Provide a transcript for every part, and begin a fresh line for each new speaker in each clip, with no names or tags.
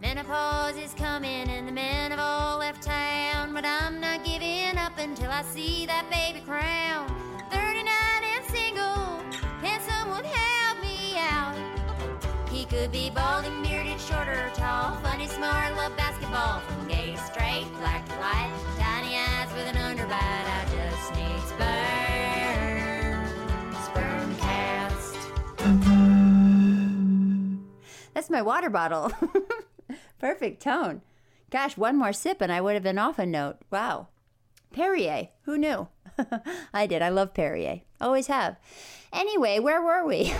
Menopause is coming and the men have all left town, but I'm not giving up until I see that baby crown. 39 and single, can someone help me out? He could be bald and bearded, short or tall, funny, smart, love basketball, from gay to straight, black to white, tiny eyes with an underbite. I just need sperm, sperm cast.
That's my water bottle. Perfect tone. Gosh, one more sip and I would have been off a note. Wow. Perrier. Who knew? I did. I love Perrier. Always have. Anyway, where were we?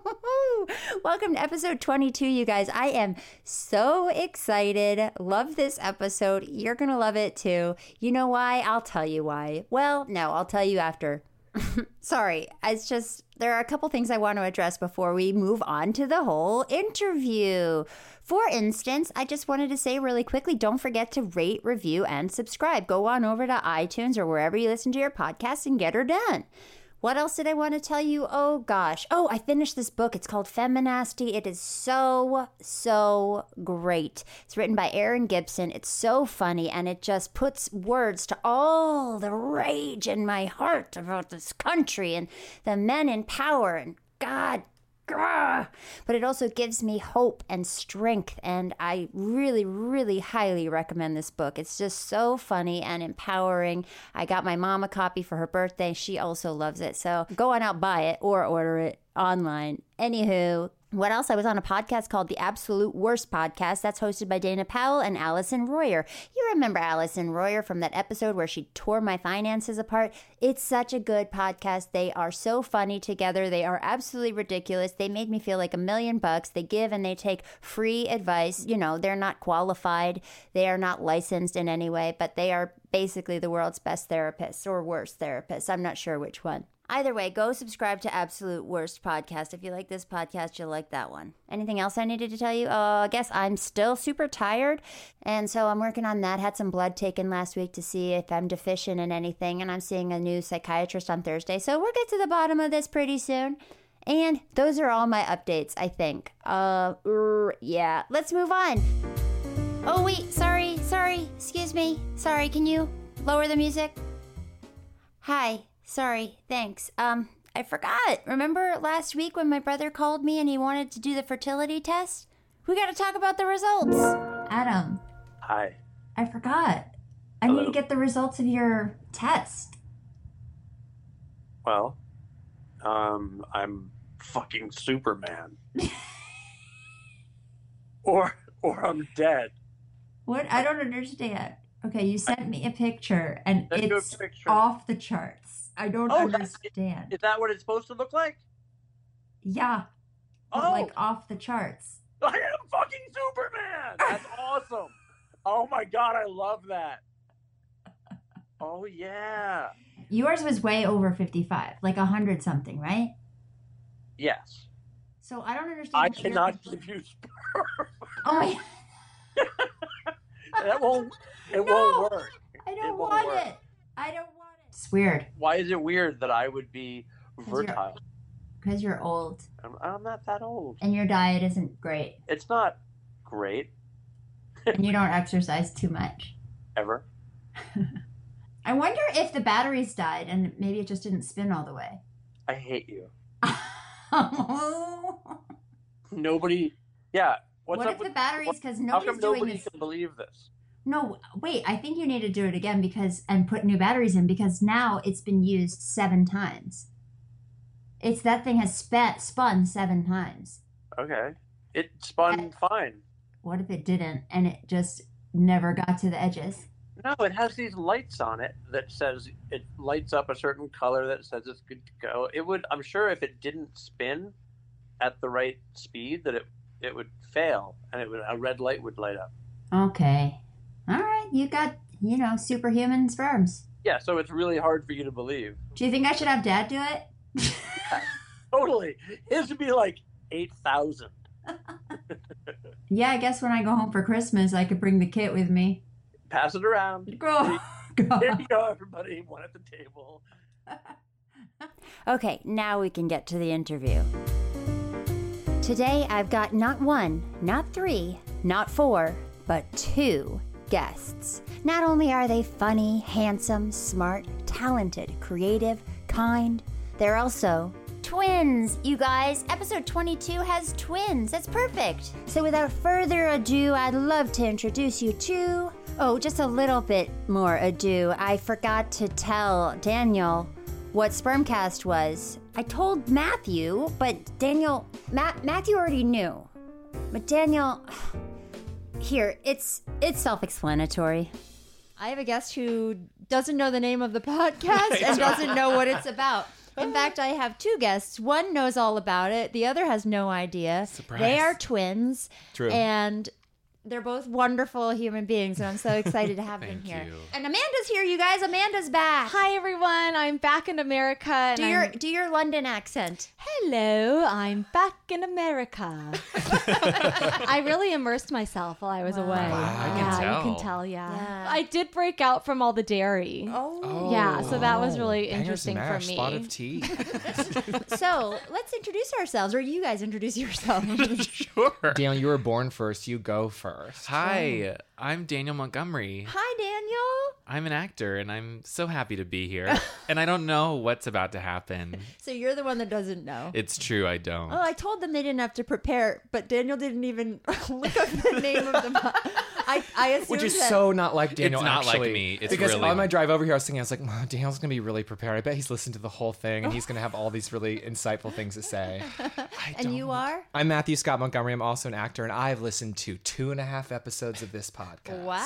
Welcome to episode 22, you guys. I am so excited. Love this episode. You're going to love it too. You know why? I'll tell you why. Well, no, I'll tell you after. Sorry, it's just there are a couple things I want to address before we move on to the whole interview. For instance, I just wanted to say really quickly don't forget to rate, review, and subscribe. Go on over to iTunes or wherever you listen to your podcast and get her done. What else did I want to tell you? Oh gosh. Oh, I finished this book. It's called Feminasty. It is so, so great. It's written by Erin Gibson. It's so funny and it just puts words to all the rage in my heart about this country and the men in power and God Grr. But it also gives me hope and strength. And I really, really highly recommend this book. It's just so funny and empowering. I got my mom a copy for her birthday. She also loves it. So go on out, buy it, or order it online. Anywho, what else? I was on a podcast called The Absolute Worst Podcast. That's hosted by Dana Powell and Allison Royer. You remember Allison Royer from that episode where she tore my finances apart? It's such a good podcast. They are so funny together. They are absolutely ridiculous. They made me feel like a million bucks. They give and they take free advice. You know, they're not qualified, they are not licensed in any way, but they are basically the world's best therapists or worst therapists. I'm not sure which one. Either way, go subscribe to Absolute Worst Podcast. If you like this podcast, you'll like that one. Anything else I needed to tell you? Oh, I guess I'm still super tired. And so I'm working on that. Had some blood taken last week to see if I'm deficient in anything. And I'm seeing a new psychiatrist on Thursday. So we'll get to the bottom of this pretty soon. And those are all my updates, I think. Uh, er, yeah. Let's move on. Oh, wait. Sorry. Sorry. Excuse me. Sorry. Can you lower the music? Hi. Sorry. Thanks. Um, I forgot. Remember last week when my brother called me and he wanted to do the fertility test? We got to talk about the results. Adam,
Hi.
I forgot. I need to get the results of your test.
Well, um, I'm fucking Superman. or or I'm dead.
What? I don't understand. Okay, you sent me a picture and
Sent you a
it's
picture.
off the charts. I don't
Oh, that-
understand.
Is that what it's supposed to look like?
yeah, but
Oh,
like off the charts.
I am fucking Superman. That's awesome. Oh my god, I love that. Oh yeah.
Yours was way over 55, like 100 something, right?
Yes.
So I don't understand.
I
what your-
cannot give you sperm.
Oh my,
That won't it
No.
won't work.
I
It
don't
won't
want
work.
it. I don't want it. It's weird
Why is it weird that I would be
'Cause you're-
fertile?
because you're old
I'm, I'm not that old.
and your diet isn't great
It's not great
and you don't exercise too much.
ever.
I wonder if the batteries died and maybe it just didn't spin all the way.
I hate you. Nobody. Yeah. What's
what
up
if
with
the batteries? Because
How come
nobody's doing
nobody
this.
can believe this?
No, wait. I think you need to do it again because and put new batteries in because now it's been used seven times. It's that thing has spat, spun seven times.
Okay. It spun fine.
What if it didn't and it just never got to the edges?
No, it has these lights on it that says it lights up a certain color that says it's good to go. It would, I'm sure, if it didn't spin at the right speed, that it it would fail and it would a red light would light up.
Okay. All right. You got, you know, superhuman sperms.
Yeah, so it's really hard for you to believe.
Do you think I should have dad do it?
Totally, his would be like eight thousand.
yeah, I guess when I go home for Christmas, I could bring the kit with me.
Pass it around.
Grow.
Here you go, everybody. One at the table.
Okay, now we can get to the interview. Today I've got not one, not three, not four, but two guests. Not only are they funny, handsome, smart, talented, creative, kind, they're also.
Twins, you guys. Episode 22 has twins. That's perfect.
So without further ado, I'd love to introduce you to. Oh, just a little bit more ado. I forgot to tell Daniel what Spermcast was. I told Matthew, but Daniel. Ma- Matthew already knew. But Daniel. Here, it's it's self-explanatory.
I have a guest who doesn't know the name of the podcast and doesn't know what it's about. In fact, I have two guests. One knows all about it, the other has no idea.
Surprise.
They are twins.
True.
And they're both wonderful human beings, and I'm so excited to have them
Thank
here.
you.
And Amanda's here, you guys. Amanda's back.
Hi everyone, I'm back in America. And
Do your
I'm-
do your London accent.
hello, I'm back in America. I really immersed myself while I was away.
Wow, I can
yeah, you
tell.
can tell. Yeah.
Yeah.
I did break out from all the dairy.
Oh,
Yeah, so that was really
bangers
interesting
and
for
mash, Spot
me.
of tea.
Uh, So let's introduce ourselves, or you guys introduce yourselves.
sure.
Daniel, you were born first. You go first.
Hi, I'm Daniel Montgomery.
Hi, Daniel.
I'm an actor, and I'm so happy to be here. and I don't know what's about to happen.
So you're the one that doesn't know.
It's true, I don't.
Oh, I told them they didn't have to prepare, but Daniel didn't even look up the name of the. mo- I I assumed
Which is
that-
so not like Daniel.
not like
actually.
me. It's
because
really
on my
not.
drive over here, I was thinking, I was like, "Wow, Daniel's gonna be really prepared. I bet he's listened to the whole thing, and he's gonna have all these really insightful things to say.
I
And you
don't.
are.
I'm Matthew Scott Montgomery. I'm also an actor, and I've listened to two and a half episodes of this podcast.
Wow.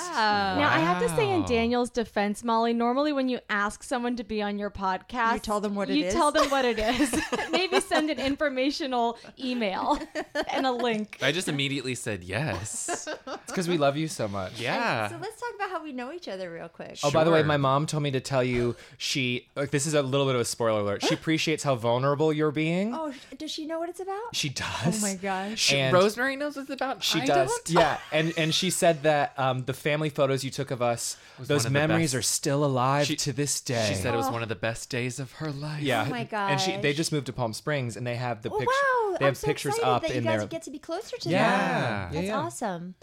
Now I have to say in
Wow.
Daniel's defense, Molly, normally when you ask someone to be on your podcast,
You tell them what it
you
is?
tell them what it is. Maybe send an informational email and a link.
I just immediately said yes.
It's because we love you so much.
Yeah.
So let's talk about how we know each other real quick.
Oh, by the way,
Sure.
my mom told me to tell you she. Like, this is a little bit of a spoiler alert. She appreciates how vulnerable you're being.
Oh, does she know what it's about?
She does.
Oh my gosh.
She-
And-
Rosemary knows what's about.
She
I
does.
don't?
Yeah, and and she said that um, the family photos you took of us,
Was
those
one of the
memories
best.
are still alive
She-
to this day.
She said it was one of the best days of her life.
yeah.
Oh my
And she they
gosh.
just moved to Palm Springs and they have the
Oh,
picture
wow.
they have
I'm so
pictures
excited
up
that you
in
guys
their
get to be closer to them.
Yeah.
Yeah.
That's
yeah.
awesome.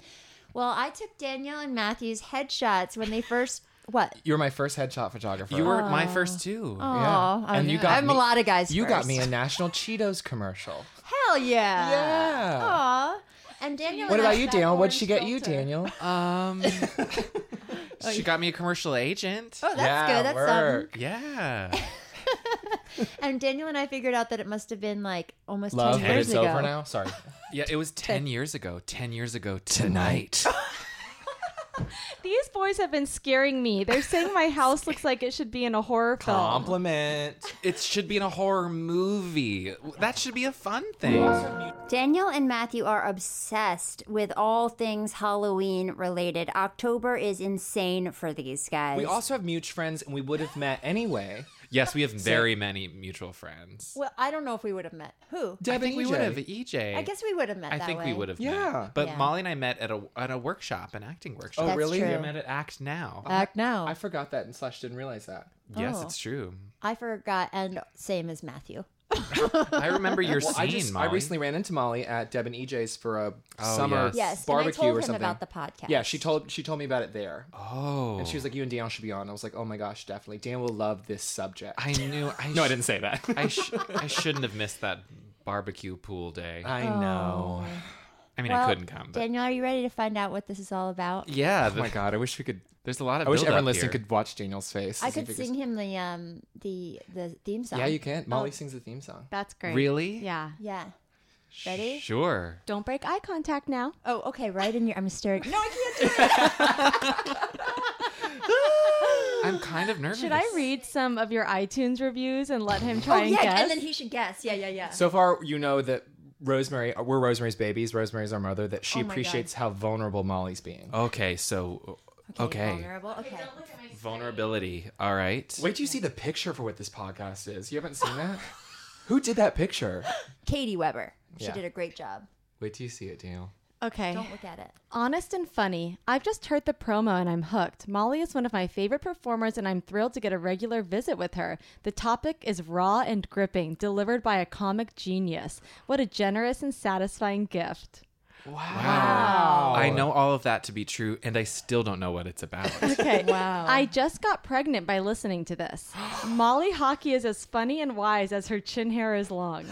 Well, I took Danielle and Matthew's headshots when they first. What?
You were my first headshot photographer.
You were my first too.
Oh,
Yeah.
I
And you
know.
got
I'm
me-
a lot of guys.
You got me a
first.
National Cheetos commercial.
Hell yeah.
Yeah.
Aw. And Daniel.
What
and I-
about you,
that
Daniel? What'd she
orange
get you,
filter.
Daniel?
Um, she got me a commercial agent.
Oh, that's
yeah,
good. That's something.
work.
Yeah.
And Daniel and I figured out that it must have been like almost
Love,
10
but
years
it's
ago.
over now. Sorry.
Yeah, it was 10 years ago. 10 years ago tonight.
These boys have been scaring me. They're saying my house looks like it should be in a horror film.
Oh.
Compliment.
it should be in a horror movie. That should be a fun thing.
Daniel and Matthew are obsessed with all things Halloween related. October is insane for these guys.
We also have mutual friends and we would have met anyway.
Yes, we have very many mutual friends.
Well, I don't know if we would have met. Who?
I
Deb
think
and
we
EJ.
would have EJ.
I guess we would have met.
E I
that
think
way.
we would have.
E Yeah.
Met. But
Yeah.
Molly and I met at a at a workshop, an acting workshop.
Oh,
That's
really?
true.
We met at Act Now.
Act
Oh.
now.
Uh-huh. I forgot that and slash didn't realize that.
Yes,
Oh.
it's true.
I forgot, and same as Matthew.
I remember your
Well,
scene,
I just
Molly.
I recently ran into Molly at Deb and EJ's for a
Oh,
summer
yes.
Yes,
barbecue
and I told
or
him
something.
about the podcast.
yeah, she told she told me about it there,
Oh.
and she was like, "You and Dan should be on." I was like, "Oh my gosh, definitely. Dan will love this subject."
I knew. I
no, I
sh-
didn't say that.
I sh- I shouldn't have missed that barbecue pool day.
I know.
I mean, I
Oh, Well,
couldn't come. But
Daniel, are you ready to find out what this is all about?
yeah,
Oh my
the-
god, I wish we could.
there's a lot of.
I wish
buildup
everyone listening
here.
could watch Daniel's face.
I
as he
could
figures-
sing Oh. him the um the the theme song.
Yeah, you can. Molly sings the theme song.
That's great.
Really?
Yeah.
Yeah. Ready?
Sure.
Don't break eye contact now.
Oh, okay. Right in your. I'm staring. No, I can't do it.
I'm kind of nervous.
Should I read some of your iTunes reviews and let him try
Oh,
and
yeah,
guess?
and then he should guess. Yeah, yeah, yeah.
So far, you know that Rosemary, uh, we're Rosemary's babies. Rosemary's our mother. That
Oh
she appreciates how vulnerable Molly's being.
Okay, so okay,
Vulnerable. Okay.
vulnerability. All right.
Wait till you see the picture for what this podcast is. You haven't seen that? Who did that picture?
Katie Weber. She
Yeah.
did a great job.
Wait till you see it, Daniel.
okay.
Don't look at it.
Honest and funny. I've just heard the promo and I'm hooked. Molly is one of my favorite performers and I'm thrilled to get a regular visit with her. The topic is raw and gripping, delivered by a comic genius. What a generous and satisfying gift.
Oh.
Wow. I know all of that to be true, and I still don't know what it's about.
Okay. Wow. I just got pregnant by listening to this. Molly Hockey is as funny and wise as her chin hair is long.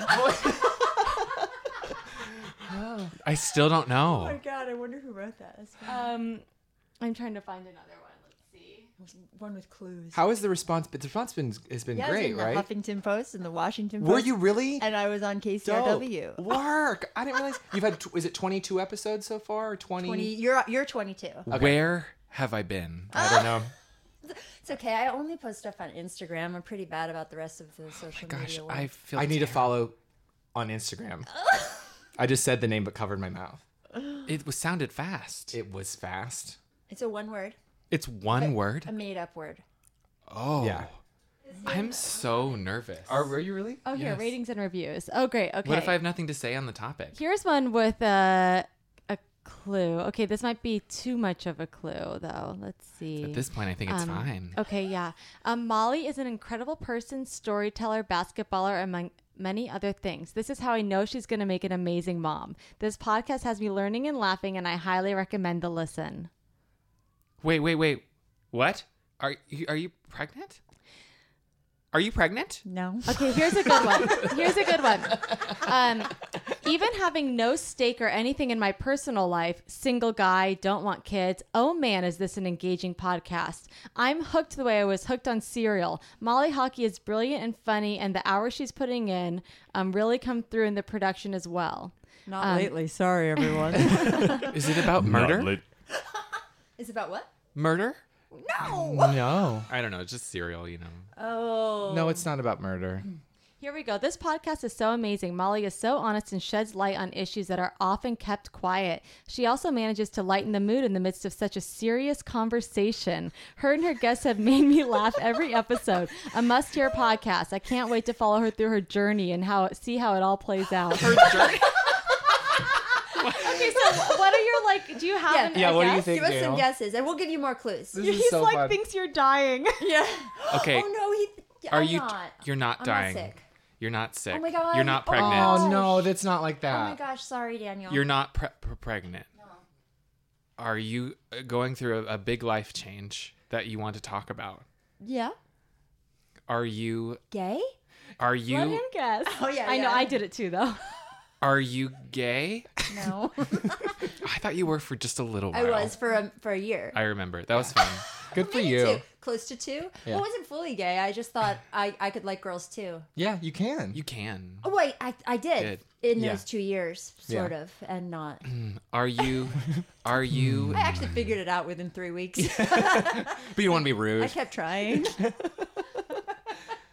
I still don't
Oh
know.
God, I wonder who wrote that. That's
Um, I'm trying to find another one. Let's see.
one with clues.
How is the response? But the response been, has been
Yeah, I was
great,
in the
right?
Huffington Post and the Washington Post.
Were you really?
And I was on
Dope.
KCRW.
Work. I didn't realize you've had. Tw- is it twenty two episodes so far? Or 20?
20, you're you're 22.
Where have I been?
I don't know.
It's okay. I only post stuff on Instagram. I'm pretty bad about the rest of the social
Oh Gosh,
media. world.
I feel.
I need to
terrible.
follow on Instagram. I just said the name but covered my mouth.
It was sounded fast.
It was fast.
It's a one word,
it's one word.
a made up word.
Oh,
Yeah.
I'm so nervous.
Are were you really?
Oh, here, ratings and reviews. Oh, great. Okay.
What if I have nothing to say on the topic?
Here's one with uh, a clue. Okay, this might be too much of a clue, though. Let's see.
At this point, I think it's
Um,
fine.
Okay, yeah. Um, Molly is an incredible person, storyteller, basketballer, among many other things. This is how I know she's going to make an amazing mom. This podcast has me learning and laughing, and I highly recommend the listen.
Wait, wait, wait. What? Are you, are you pregnant? Are you pregnant?
No.
Okay, here's a good one. Here's a good one. Um, even having no stake or anything in my personal life, single guy, don't want kids. Oh man, is this an engaging podcast? I'm hooked the way I was hooked on Serial. Molly Hockey is brilliant and funny, and the hours she's putting in um, really come through in the production as well.
Not
Um,
lately. Sorry, everyone.
Is it about murder?
It's about what?
murder?
No.
I don't know. It's just cereal, you know.
Oh.
No, it's not about murder.
Here we go. This podcast is so amazing. Molly is so honest and sheds light on issues that are often kept quiet. She also manages to lighten the mood in the midst of such a serious conversation. Her and her guests have made me laugh every episode. A must-hear podcast. I can't wait to follow her through her journey and how see how it all plays out. okay, so what are your like? Do you have?
Yeah.
an,
Yeah,
a
what do you
guess?
think,
Um, Give us some
Dale?
guesses, and we'll give you more clues.
This
He's
is so
like
fun.
thinks you're dying.
Yeah.
Okay.
Oh no, he.
Are
I'm
you?
Not.
You're not
I'm
dying.
sick.
You're not sick.
my God.
You're not
Oh.
pregnant.
Oh no, that's not like
Oh my
that.
gosh, sorry, Daniel.
You're not pre- pre- pregnant. Are you uh, going through a, a big life change that you want to talk about?
yeah.
Are you?
gay.
Are
Let him
you?
guess.
Oh, yeah,
I know.
yeah.
I did it too, though.
Are you gay?
No,
I thought you were for just a little
I
while.
was for a for a year.
I remember. That was fun.
Good for
Maybe
you.
two. Close to two. Well, I wasn't fully gay. I just thought I, I could like girls too.
Yeah, you can.
You can.
Oh wait, I I did in
Yeah.
those two years, sort
Yeah.
of, and not.
Are you? Are you?
I actually figured it out within three weeks.
but you want to be rude.
I kept trying.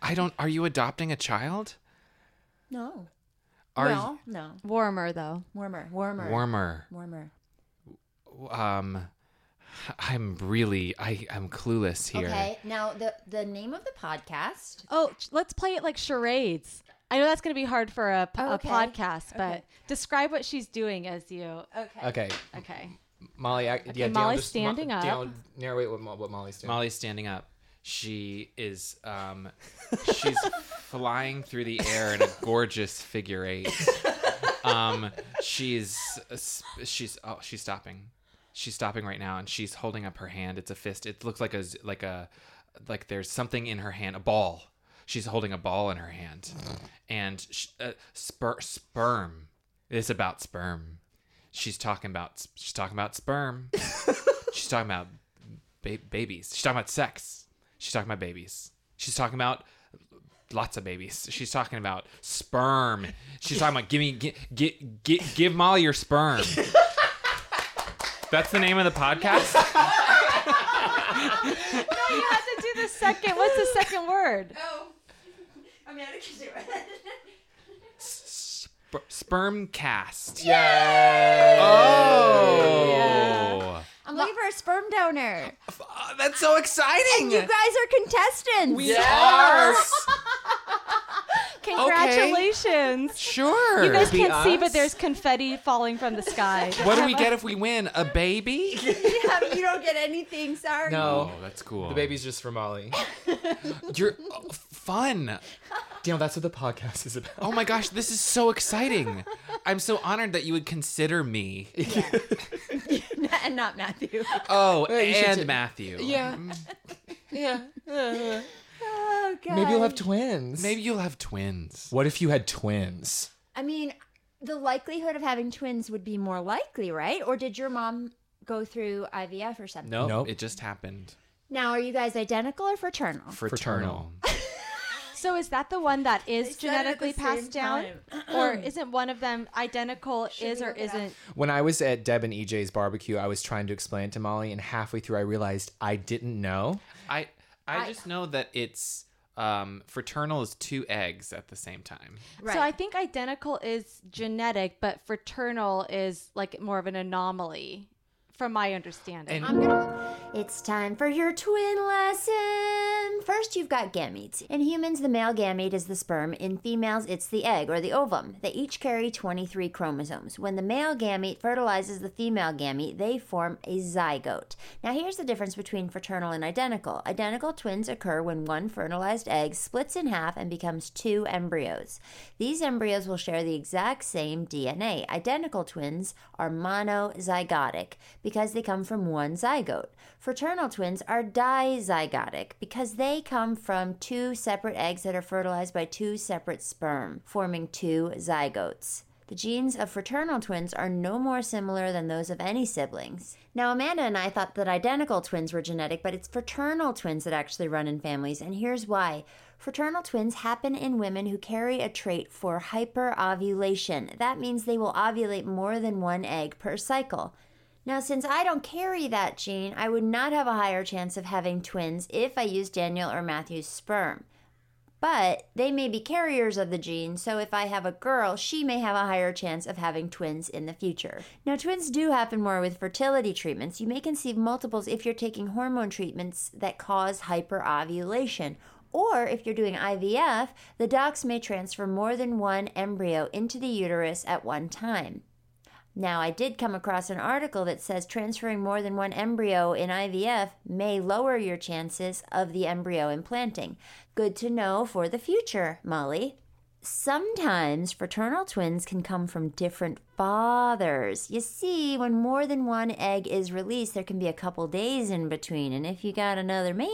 I don't. Are you adopting a child?
no.
Are
well, no.
Warmer though.
Warmer. Warmer.
you warmer?
Warmer.
Um, I'm really. I am clueless here.
Okay. Now the the name of the podcast.
Oh, ch- let's play it like charades. I know that's going to be hard for a, p-
Oh,
a
okay.
podcast, but describe what she's doing as you. Oh,
Okay.
okay,
Okay.
Molly. I, yeah, Dale,
Molly's
just,
standing
Mo-
up.
Dale, narrate what, Mo- what Molly's doing.
Molly's standing up. She is um she's flying through the air in a gorgeous figure eight. Um she's she's oh she's stopping. She's stopping right now and she's holding up her hand. It's a fist. It looks like a z- like a like there's something in her hand, a ball. She's holding a ball in her hand. And sh uh, spur- sperm. It's about sperm. She's talking about she's talking about sperm. she's talking about ba- babies. She's talking about sex. She's talking about babies. She's talking about lots of babies. She's talking about sperm. She's talking about give me gi- gi- gi- give Molly your sperm. That's the name of the podcast.
no, you have to do the second. What's the second word?
I mean, I can do it.
Sp- sperm cast.
Yay!
Oh.
I'm looking for a sperm donor.
Uh, that's so exciting.
You guys are contestants.
we are.
Congratulations.
Sure.
You guys
Be
can't see,
us?
but there's confetti falling from the sky.
what do we get if we win? A baby? Oh,
you don't get anything. Sorry.
No,
that's cool.
the baby's just for Molly.
You're oh, fun.
Daniel, that's what the podcast is about.
Oh my gosh, this is so exciting. I'm so honored that you would consider me.
and not Matthew.
Oh,
you should
and
do-
Matthew.
Yeah.
Mm,
Yeah.
Oh, God.
Uh, Maybe you'll have twins.
Maybe you'll have twins.
What if you had twins?
I mean, the likelihood of having twins would be more likely, right? Or did your mom go through IVF or something?
No,
Nope.
it just happened.
Now, are you guys identical or fraternal?
Fraternal.
So is that the one that is
said it at
genetically
the
passed
same
down, or isn't one of them identical? is or isn't?
When I was at Deb and EJ's barbecue, I was trying to explain it to Molly, and halfway through, I realized I didn't know.
I I just know that it's um fraternal is two eggs at the same time.
So I think identical is genetic, but fraternal is like more of an anomaly, from my understanding.
And
It's time for your twin lesson. First, you've got gametes. In humans, the male gamete is the sperm. In females, it's the egg or the ovum. They each carry 23 chromosomes. When the male gamete fertilizes the female gamete, they form a zygote. Now, here's the difference between fraternal and identical. Identical twins occur when one fertilized egg splits in half and becomes two embryos. These embryos will share the exact same DNA. Identical twins are monozygotic because they come from one zygote. Fraternal twins are dizygotic because they come from two separate eggs that are fertilized by two separate sperm, forming two zygotes. The genes of fraternal twins are no more similar than those of any siblings. Now, Amanda and I thought that identical twins were genetic, but it's fraternal twins that actually run in families, and here's why. Fraternal twins happen in women who carry a trait for hyperovulation. That means they will ovulate more than one egg per cycle. Now, since I don't carry that gene, I would not have a higher chance of having twins if I used Daniel or Matthew's sperm but they may be carriers of the gene, so if I have a girl, she may have a higher chance of having twins in the future. Now, twins do happen more with fertility treatments. You may conceive multiples if you're taking hormone treatments that cause hyperovulation. Or if you're doing IVF, the docs may transfer more than one embryo into the uterus at one time. Now, I did come across an article that says transferring more than one embryo in IVF may lower your chances of the embryo implanting. Good to know for the future, Molly. Sometimes fraternal twins can come from different fathers. You see, when more than one egg is released, there can be a couple days in between. And if you got another man,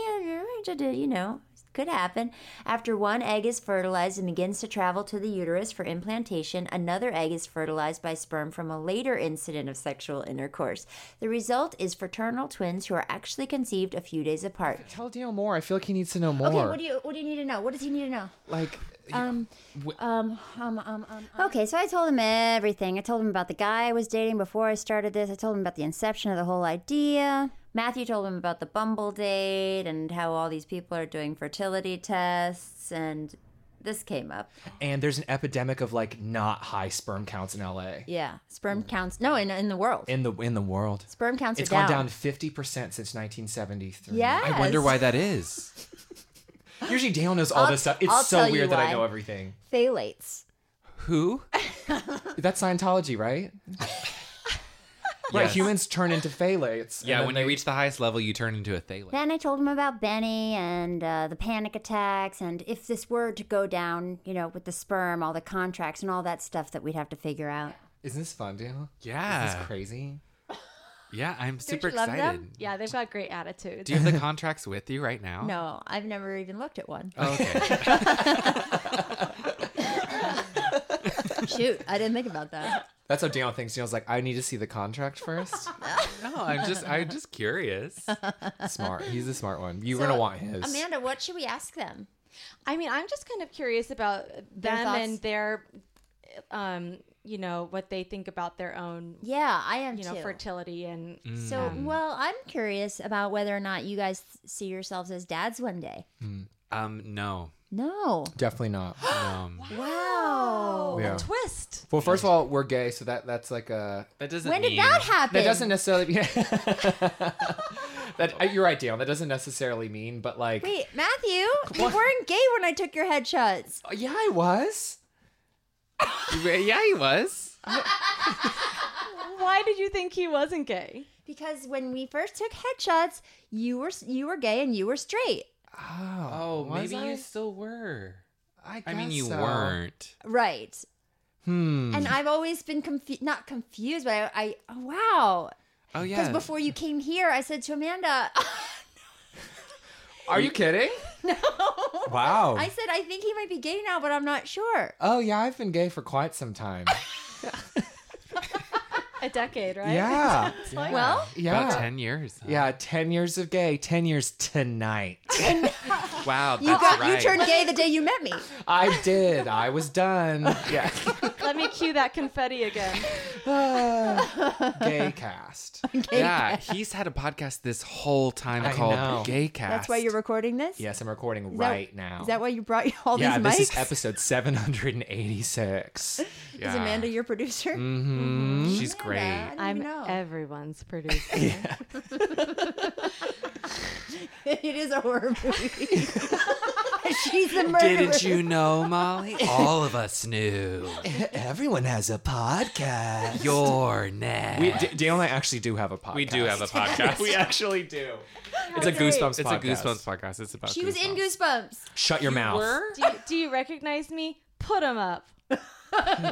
you know, could happen. After one egg is fertilized and begins to travel to the uterus for implantation, another egg is fertilized by sperm from a later incident of sexual intercourse. The result is fraternal twins who are actually conceived a few days apart.
Tell Daniel more. I feel like he needs to know more.
Okay, what do you what do you need to know? What does he need to know?
like?
Um, um, um.
Okay, so I told him everything. I told him about the guy I was dating before I started this. I told him about the inception of the whole idea. Matthew told him about the Bumble date and how all these people are doing fertility tests and this came up.
And there's an epidemic of like not high sperm counts in LA
Yeah, sperm counts. No, in in the world,
Mm. in the in the world.
sperm counts
It's
are down.
gone down fifty percent since 1973.
Yes.
I wonder why that is.
Usually Daniel knows all this stuff. It's
I'll tell
so
you
weird that I
why.
know everything.
phthalates.
Who?
That's Scientology, right? Right.
Yes.
Humans turn into phthalates. and
Yeah,
then
when
they-
you reach the highest level, you turn into a thaler.
Then I told him about Benny and uh, the panic attacks, and if this were to go down, you know, with the sperm, all the contracts, and all that stuff that we'd have to figure out.
Isn't this fun, Daniel? Is
Yeah.
this crazy?
Yeah, I'm super
you love
excited.
them?
yeah, they've got great attitudes.
Do you have the contracts with you right now?
No, I've never even looked at one.
Oh, okay.
Shoot, I didn't think about that.
That's how Daniel thinks. Daniel's like, I need to see the contract first.
no, I'm just I'm just curious.
smart. He's the smart one. You're gonna want his.
Amanda, what should we ask them?
I mean, I'm just kind of curious about them
thoughts?
and their um, you know, what they think about their own,
Yeah, I am
you know,
too.
fertility and
so,
Um,
well, I'm curious about whether or not you guys see yourselves as dads one day.
Um, no,
No.
Definitely not.
no,
Wow.
Yeah.
twist.
Well, first of all, we're gay, so that that's like a
that doesn't.
When did
mean-
that happen?
that doesn't necessarily be that uh, you're right, Dale. That doesn't necessarily mean, but like,
Wait, Matthew, you weren't gay when I took your headshots.
Uh, yeah, I was.
yeah, he was.
Why did you think he wasn't gay?
Because when we first took headshots, you were you were gay and you were straight.
Oh,
Oh,
was
maybe
I?
you still were.
I,
I mean,
guess
you
so.
weren't.
Right.
Hmm.
And I've always been confused, not confused, but I, I oh, wow.
Oh
Because
yeah.
before you came here, I said to Amanda,
Are you kidding? no. Wow.
I said, I think he might be gay now, but I'm not sure.
Oh yeah, I've been gay for quite some time.
A decade, right?
Yeah.
Well,
yeah.
About ten years. huh?
Yeah, ten years of gay, ten years tonight.
Wow. That's
you got
right.
you turned gay the day you met me.
I did. I was done. Yeah.
Let me cue that confetti again.
Ah, gay cast.
yeah, he's had a podcast this whole time
I
called
know.
Gaycast.
That's why you're recording this.
Yes, I'm recording
Is that-
right now.
Is that why you brought all
yeah,
these mics?
this is episode 786.
yeah.
Is Amanda your producer?
Mm.
Mm-hmm. She's
Amanda,
great.
I didn't
I'm
even know.
everyone's producer.
it is a horror movie. She's the murderer.
Didn't you know, Molly? All of us knew.
Everyone has a podcast.
You're next.
We, D- Dale and I actually do have a podcast.
We do have a podcast.
we actually do. It's a
great.
Goosebumps
it's
podcast.
a Goosebumps podcast. It's about
She was in Goosebumps.
Shut your mouth.
do, you, do you recognize me? Put him up.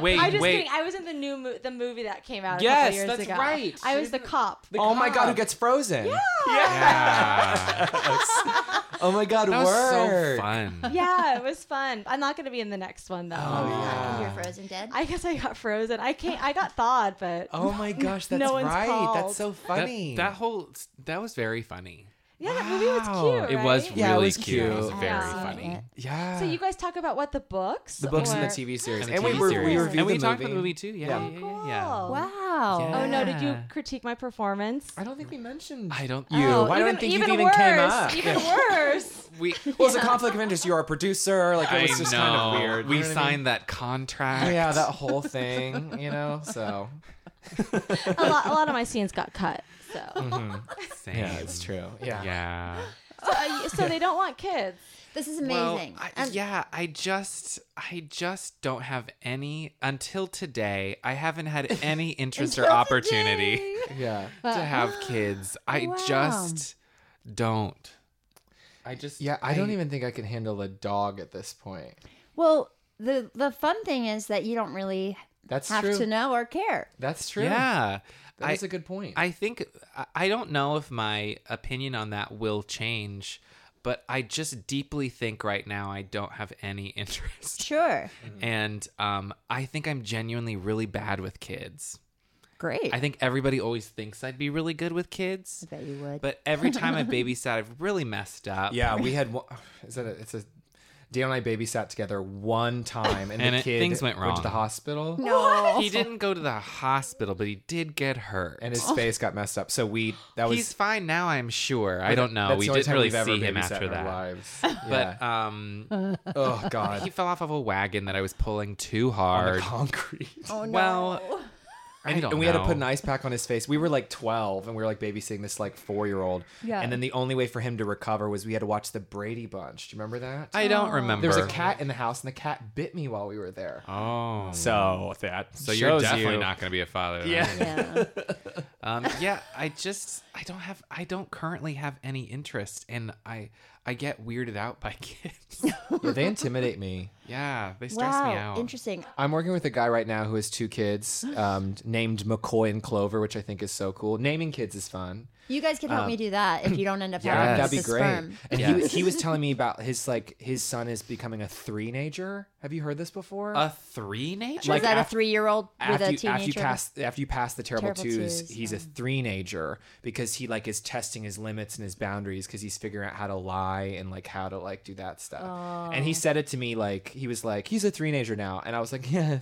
Wait,
I'm just
wait.
kidding. I was in the new mo- the movie that came out. A
Yes,
couple years
that's
ago.
right.
I was the cop.
oh my god, who gets frozen? Yeah.
yeah.
Oh my god,
That was so
ah. word.
fun.
yeah, it was fun. I'm not gonna be in the next one though.
Oh, Ah.
Yeah. You're frozen dead.
I guess I got frozen. I can't. I got thawed, but
Oh my gosh, that's
No one's
right.
called.
That's so
That-
funny.
That, whole that was very funny.
yeah, that movie was
Wow.
cute.
It was
right?
really
Yeah, it was
cute. It was
cute.
very
Yeah.
funny.
yeah.
So you guys talk about what the books,
the books and the
or-
TV series,
And,
and,
the
we
TV
were,
series.
we reviewed
and we
the
talked
movie.
about the movie too. Yeah, yeah, yeah. yeah.
Cool.
wow.
Yeah.
Oh no! Did you
Yeah.
critique my performance?
I don't think we mentioned
I don't.
you.
Oh,
I
even,
don't think
even
you even
worse,
came up.
Even
Yeah.
worse.
We.
Well, it's a conflict of interest. You're a producer. Like it
I
was just kind of
know.
weird. you
We
know what I
signed
mean?
that contract.
Yeah, that whole thing. You know, so
a, lot, a lot of my scenes got cut. So,
Mm-hmm.
Same.
yeah, it's true. Yeah.
Yeah.
so, uh, so they don't want kids.
This is
Well,
amazing.
I-
Um,
And-
yeah, I just, I just don't have any until today. I haven't had any interest or opportunity
yeah.
to have kids. I just don't. I just,
Yeah, I don't even think I can handle a dog at this point.
Well, the the fun thing is that you don't really
That's
have
true.
to know or care.
That's true.
Yeah,
That
I-
is a good point.
I think I- I don't know if my opinion on that will change, but I just deeply think right now I don't have any interest,
Sure.
Mm-hmm.
and um, I think I'm genuinely really bad with kids.
Great.
I think everybody always thinks I'd be really good with kids.
bet you would.
But every time I babysat, I've really messed up.
yeah, we had one. Is that a, it's a. Dale and I babysat together one time, and,
And
the
it-
kid
things went
to the
wrong.
hospital,
no.
He didn't go to the hospital, but he did get hurt.
and his face got messed up. So we that was
he's fine now, I'm sure. I don't know.
That's
We
the only
didn't
time
really
we've ever
see him
babysat
after
in our
that.
Lives.
But
Uh-huh.
um,
But oh god,
he fell off of a wagon that I was pulling
on
too
the
hard.
concrete.
Oh, no.
Well, I
and,
don't
and we had to
know.
put an ice pack on his face. We were like 12 and we were like babysitting this like four year old.
Yeah.
And then the only way for him to recover was we had to watch the Brady Bunch. Do you remember that?
I don't remember.
there was a cat in the house and the cat bit me while we were there.
Oh,
So that
so you're definitely not going to be a father. then.
Yeah.
yeah.
Um, yeah, I just I don't have I don't currently have any interest, and I I get weirded out by kids.
Yeah, they intimidate me.
yeah, they stress me
wow.
out.
Interesting.
I'm working with a guy right now who has two kids um, named McCoy and Clover, which I think is so cool. Naming kids is fun.
You guys can help me do that if you don't end up
Um, Yeah,
having
that'd be
the
great.
sperm.
And he,
Yes.
he was telling me about his like his son is becoming a three-nager. Have you heard this before?
A three nature?
Like
is that a
after-
three-year-old with
after
a
you,
teenager?
after you pass after you pass the terrible,
Terrible
twos,
twos,
he's a three-nager because he like is testing his limits and his boundaries because he's figuring out how to lie why and like how to like do that stuff. And he said it to me like he was like he's a three-nager now, and I was like yeah.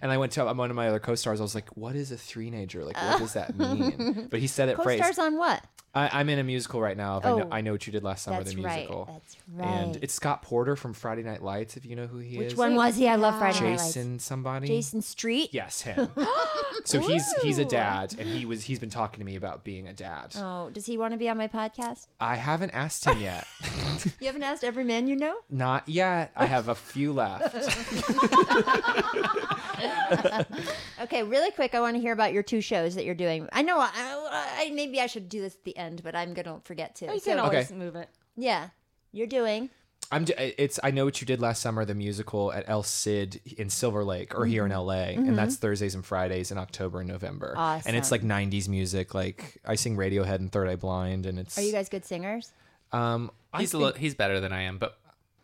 And I went to one of my other co-stars. I was like, what is a three-nager? Like what does that mean? But he said it phrase.
Oh. Co-stars on what?
I, I'm in a musical right now. Of I, know,
Oh.
I know what you did last summer.
That's
the
right.
musical.
That's
And
right.
it's Scott Porter from Friday Night Lights. If you know who he
Which
is.
one was he? I love Friday Night Lights.
Jason somebody.
Jason Street.
Yes, him. so he's he's a dad, and he was he's been talking to me about being a dad.
Oh, does he want to be on my podcast?
I haven't asked him yet.
You haven't asked every man you know.
Not yet. I have a few left.
Okay, really quick, I want to hear about your two shows that you're doing. I know, I, I I- maybe I should do this at the end, but I'm gonna forget to.
Oh, You
So,
can always
Okay.
move it.
yeah, you're doing.
I'm d- it's I know what you did last summer the musical at El Cid in Silver Lake or here in
Mm-hmm.
LA and that's Thursdays and Fridays in October and November. And it's like 90s music like I sing Radiohead and Third Eye Blind and it's
Are you guys good singers?
um I
He's a
think,
little, he's better than I am, but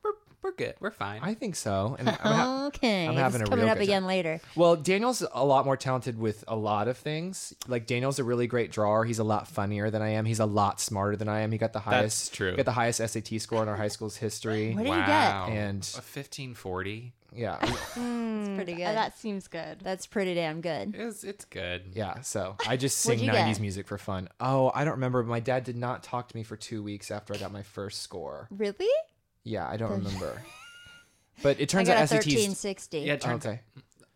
we're we're good. We're fine.
I think so. And I'm ha-
Okay,
I'm
this
having
is
a
coming
real
up
good
again
time.
later.
Well, Daniel's a lot more talented with a lot of things. Like Daniel's a really great drawer. He's a lot funnier than I am. He's a lot smarter than I am. He got the highest
true.
Got the highest SAT score in our high school's history.
What did you get?
wow.
And-
a fifteen forty.
Yeah,
Pretty good.
Uh, That seems good.
That's pretty damn good.
It's it's good.
yeah. So I just sing
you
90s
get?
music for fun. Oh, I don't remember. My dad did not talk to me for two weeks after I got my first score.
Really?
Yeah, I don't remember. But it
I
turns
got a
out
1360.
SATs.
Yeah, it turns
Oh, Okay.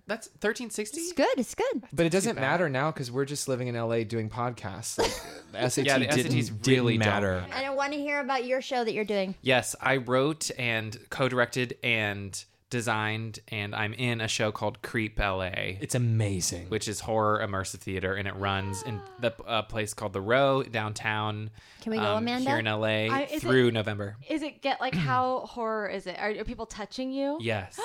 that's thirteen sixty.
It's good. It's good.
But it doesn't
bad.
matter now because we're just living in LA doing podcasts. Like, the SAT
Yeah, the
didn't,
SATs
didn't
really don't
matter.
And I want to hear about your show that you're doing.
Yes, I wrote and co-directed and designed, and I'm in a show called Creep LA.
It's amazing.
which is horror immersive theater, and it runs in the a place called the Row downtown.
Ah.
um,
Can we go, Amanda?
Here in LA
I- is
through November.
Is it get like how horror is it? Are, are people touching you?
Yes.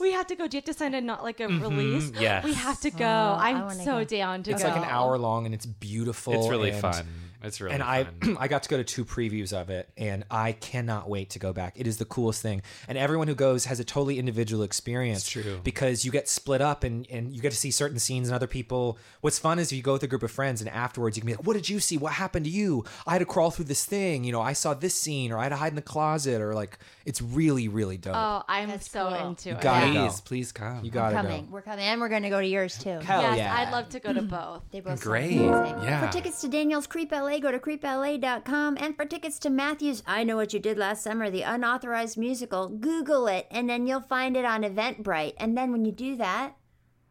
We have to go. Do you have to sign a not like a release?
yes.
We have to go.
Oh, I
I'm
wanna
so
go.
down to
Mm-hmm. It's
go.
like an hour long and it's beautiful.
it's really
and-
fun. It's really
and I
fun.
I got to go to two previews of it and I cannot wait to go back. It is the coolest thing. And everyone who goes has a totally individual experience.
true.
Because you get split up and, and you get to see certain scenes and other people. What's fun is you go with a group of friends and afterwards you can be like, What did you see? What happened to you? I had to crawl through this thing, you know, I saw this scene or I had to hide in the closet or like it's really, really dope.
Oh, I'm so
cool.
into
You
it.
gotta
Yeah.
go.
please, please come.
you gotta
Coming.
go.
We're coming, and we're going to go to yours too.
Hell
yes,
yeah.
I'd love to go to both.
They both sound
Great.
amazing.
Yeah.
For tickets to Daniel's Creep LA, go to creepla.com. And for tickets to Matthew's I Know What You Did Last Summer, the unauthorized musical, Google it and then you'll find it on Eventbrite. And then when you do that,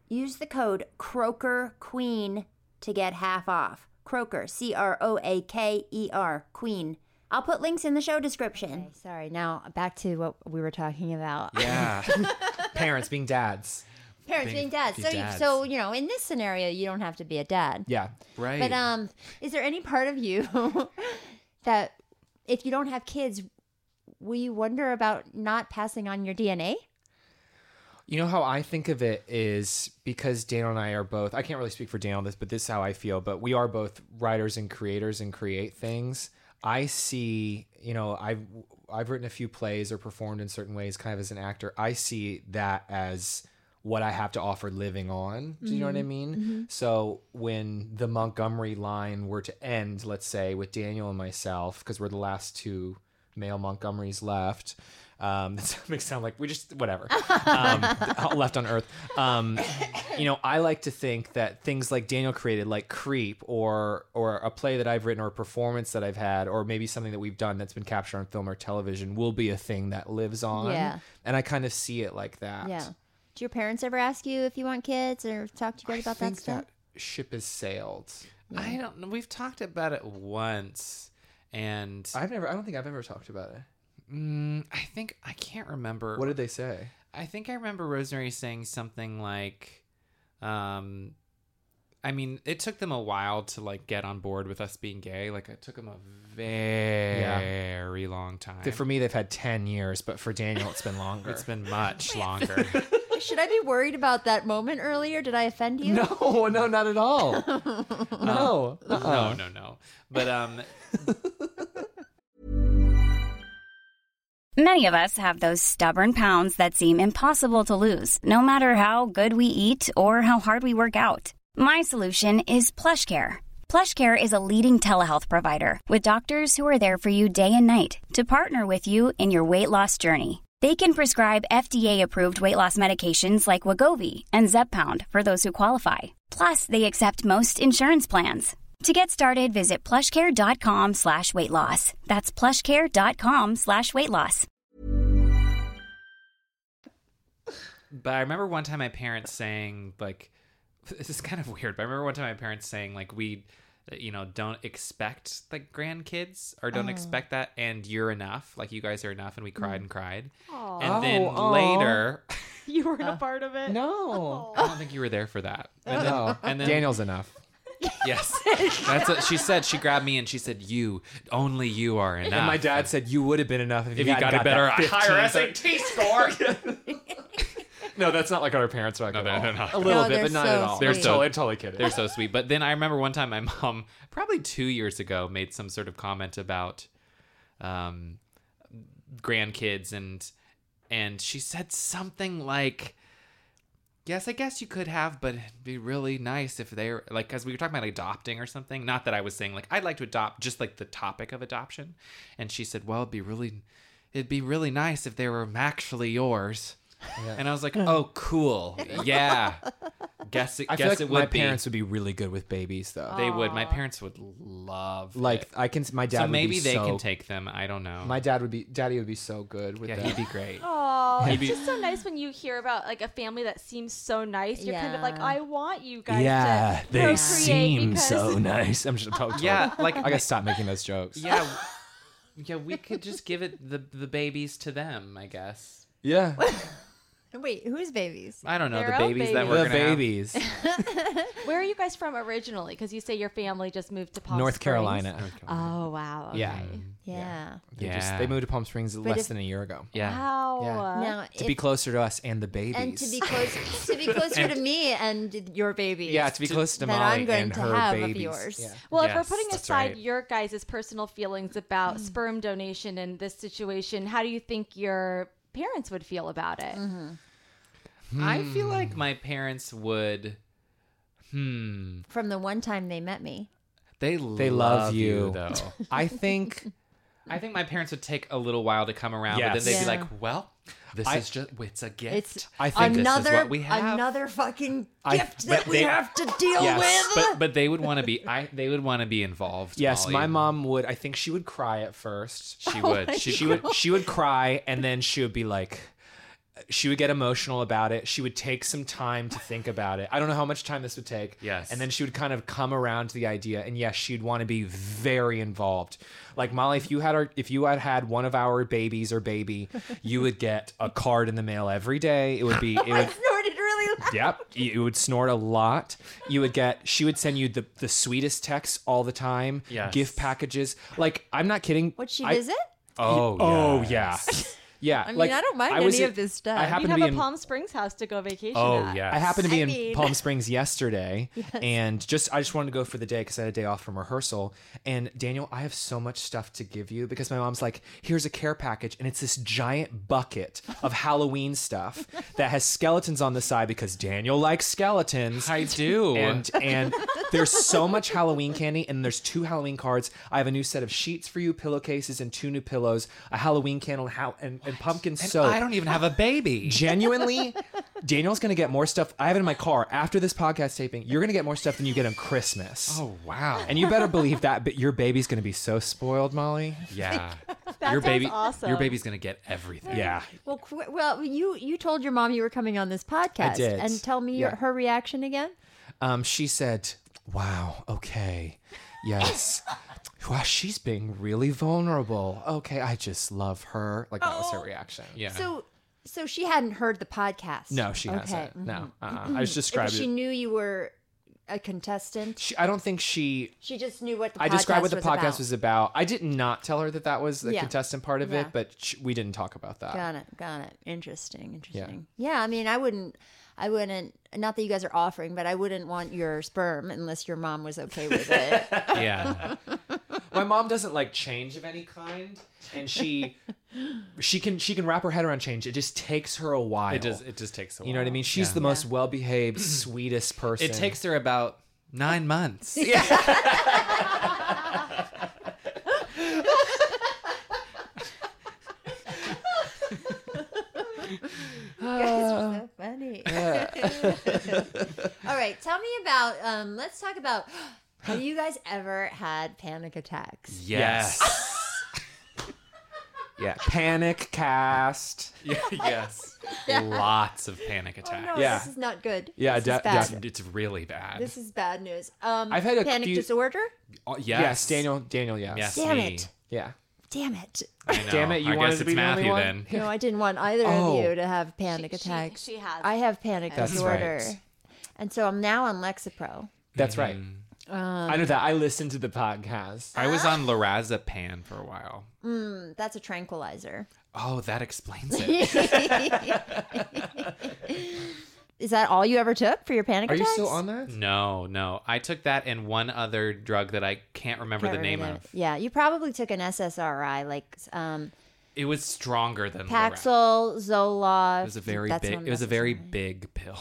use the code Croaker Queen to get half off. Croaker, C R O A K E R, Queen. I'll put links in the show description. sorry, now back to what we were talking about.
Yeah. Parents being dads.
Parents being,
Being-
dads.
be
So,
dads.
so, you know, in this scenario, you don't have to be a dad.
Yeah.
Right.
But um, is there any part of you that, if you don't have kids, will you wonder about not passing on your DNA?
You know how I think of it is because Daniel and I are both, I can't really speak for Daniel on this, but this is how I feel, but we are both writers and creators and create things. I see, you know, I've I've written a few plays or performed in certain ways kind of as an actor. I see that as what I have to offer living on. Do you know what
Mm-hmm.
I mean? So when the Montgomery line were to end, let's say with Daniel and myself, because we're the last two male Montgomerys left. Um, that makes it sound like we just whatever um, left on Earth. Um, you know, I like to think that things like Daniel created, like Creep, or or a play that I've written, or a performance that I've had, or maybe something that we've done that's been captured on film or television, will be a thing that lives on.
Yeah.
And I kind of see it like that.
Yeah. Do your parents ever ask you if you want kids or talk to you
I
guys about that
think
stuff?
that ship has sailed.
I don't know. We've talked about it once, and
I've never. I don't think I've ever talked about it.
mm, I think I can't remember.
What did they say?
I think I remember Rosemary saying something like, um, I mean, it took them a while to like get on board with us being gay. Like, it took them a very long time.
For me, they've had ten years, but for Daniel, it's been longer.
It's been much longer.
Should I be worried about that moment earlier? Did I offend you?
no, no, not at all. no, Uh-uh.
no, no, no. But um,
Many of us have those stubborn pounds that seem impossible to lose, no matter how good we eat or how hard we work out. My solution is PlushCare. PlushCare is a leading telehealth provider with doctors who are there for you day and night to partner with you in your weight loss journey. They can prescribe FDA-approved weight loss medications like Wagovi and Zepbound for those who qualify. Plus, they accept most insurance plans. To get started, visit plushcare.com slash weight loss. That's plushcare.com slash weight loss.
But I remember one time my parents saying like, this is kind of weird. But I remember one time my parents saying like we, uh, you know, don't expect like grandkids or don't expect that, and you're enough. Like you guys are enough, and we cried and cried. And then
Oh, aw.
later,
You weren't a part of it.
Uh, No.
I don't think you were there for that. And then,
No.
and then
Daniel's enough.
yes, that's what she said. She grabbed me and she said, "You, only you are enough."
And my dad said you would have been enough if,
if you
hadn't
got a better,
that
a
15
higher
thing.
SAT score.
No, that's not like what our parents are like. at
they're-
all.
they're not.
A little
No,
bit,
they're
but not
so
at all.
They're
They're
sweet.
totally, totally kidding.
They're so sweet. But then I remember one time my mom, probably two years ago, made some sort of comment about um, grandkids and and she said something like, "Yes, I guess you could have, but it'd be really nice if they're like." Because we were talking about adopting or something. Not that I was saying like I'd like to adopt, just like the topic of adoption. And she said, "Well, it'd be really, it'd be really nice if they were actually yours." And I was like, "Oh, cool, yeah." Guess it.
I feel
guess
like
it would
my
be.
parents would be really good with babies, though.
They would. My parents would love.
like
it.
I can, my dad.
Oh. so
would be
maybe they
so-
can take them. I don't know.
My dad would be, daddy would be so good with
yeah,
that.
he'd be great.
Oh,
He'd
it's
be-
just so nice when you hear about like a family that seems so nice. You're kind of like,
Yeah.
I want you guys. to procreate because-
nice. I'm just probably
yeah, like
I gotta stop making those jokes.
yeah, yeah. We could just give it the the babies to them. I guess.
yeah.
Wait, whose babies?
I don't know
They're
the
all
babies, that
babies.
we're
The
gonna
babies,
Where are you guys from originally? Because you say your family just moved to Palm
North
Springs.
Carolina.
Oh wow. Okay.
Yeah.
Yeah.
They
Yeah.
just- they moved to Palm Springs less
if-
than a year ago.
Yeah.
Wow.
Now,
To
if-
be closer to us and the babies.
and to be close, to be closer to me and your babies.
yeah, to be closer to
that
Molly
I'm going
and
to
her
have of
babies.
yours.
Yeah.
Well, if
Yes,
we're putting
that's
aside
right.
your guys' personal feelings about sperm donation in this situation, how do you think your parents would feel about it?
have. I feel
Hmm.
like my parents would. Hmm.
From the one time they met me.
They
They love, you.
though.
I think
I think my parents would take a little while to come around, but
Yes.
then they'd be
Yeah.
like, "Well, this
I-
is just it's a gift.
It's
I think
this is
another
what we have.
another fucking
I-
gift
but
that we
they-
have to deal
Yes,
with.
but but they would want to be I they would want to be involved.
yes,
Molly.
my mom would I think she would cry at first.
She would. She,
She would she would cry and then she would be like she would get emotional about it. She would take some time to think about it. I don't know how much time this would take.
Yes.
And then she would kind of come around to the idea and yes, she'd want to be very involved. Like Molly, if you had our if you had had one of our babies or baby, you would get a card in the mail every day. It would be
Oh
it would
snorted really loud.
Yep. You would snort a lot. You would get, she would send you the, the sweetest texts all the time.
Yes.
Gift packages. Like, I'm not kidding.
Would she
I-
visit?
Oh,
Oh, yeah. Yeah. I
mean, I don't mind
was
any
in-
of this stuff.
I
You
happen
You
to
have
be
a
in,
Palm Springs house to go vacation
Oh
at.
yeah.
I happened to be
I
in
mean-
Palm Springs yesterday, and just I just wanted to go for the day because I had a day off from rehearsal. And Daniel, I have so much stuff to give you because my mom's like, "Here's a care package," and it's this giant bucket of Halloween stuff that has skeletons on the side because Daniel likes skeletons.
I do.
And and there's so much Halloween candy, and there's two Halloween cards. I have a new set of sheets for you, pillowcases, and two new pillows, a Halloween candle, and, how, and, and pumpkin soap.
I don't even have a baby.
Genuinely, Daniel's gonna get more stuff. I have it in my car after this podcast taping. You're gonna get more stuff than you get on Christmas.
Oh wow.
And you better believe that but your baby's gonna be so spoiled, Molly.
yeah.
That
your
sounds
baby
awesome.
your baby's going to get everything.
Yeah.
Well, qu- well, you you told your mom you were coming on this podcast,
did.
and tell me
Yeah.
your, her reaction again.
Um, she said, Wow, okay. Yes. Wow, she's being really vulnerable. Okay, I just love her. Like that was her reaction.
Oh. Yeah.
So, so she hadn't heard the podcast. mm-hmm.
No, she hasn't. No. Uh-uh. I
But
just described
she
it.
knew you were a contestant.
She, I don't think she
She just knew what the
I
podcast
described what the
was
podcast
about.
was about. I did not tell her that that was the
Yeah.
contestant part of
Yeah.
it, but sh we didn't talk about that.
Got it. Got it. Interesting. Interesting. Yeah. I mean, I wouldn't. I wouldn't. Not that you guys are offering, but I wouldn't want your sperm unless your mom was okay with it.
yeah.
my mom doesn't like change of any kind and she she can she can wrap her head around change it just takes her a while
It just it just takes a while.
you know what i mean she's the most well-behaved sweetest person
It takes her about Nine months.
guys are so funny.
All right, tell me about. Um, let's talk about. Have you guys ever had panic attacks?
Yes.
yeah. Panic cast.
Yeah, yes. Lots of panic attacks.
Oh, No,
Yeah.
this is not good.
Yeah,
this is
de-
bad.
def-
It's really bad.
This is bad news. Um,
I've had a
panic
few-
disorder.
Oh, yes.
Yes. Daniel. Daniel. Yes.
Yes,
Damn
me.
it.
Yeah.
Damn it!
I know.
Damn it, you
I
wanted
guess
to
it's
be the only
Matthew
one?
then.
No, I didn't want either
Oh.
of you to have panic
she-
attacks.
she has.
I have panic
That's
disorder,
right.
and so I'm now on Lexapro.
That's right.
Um,
I know that. I listened to the podcast.
I was on lorazepam for a while.
Mm, that's a tranquilizer.
Oh, that explains it.
Is that all you ever took for your panic
Are you
attacks?
still on that?
no, no. I took that and one other drug that I can't remember
Can't
the name
remember
of.
it. Yeah, you probably took an SSRI like um,
It was stronger than Lorazepam.
Paxil, Zoloft.
It was a very
That's
big.
one
It was a very
SSRI.
big pill.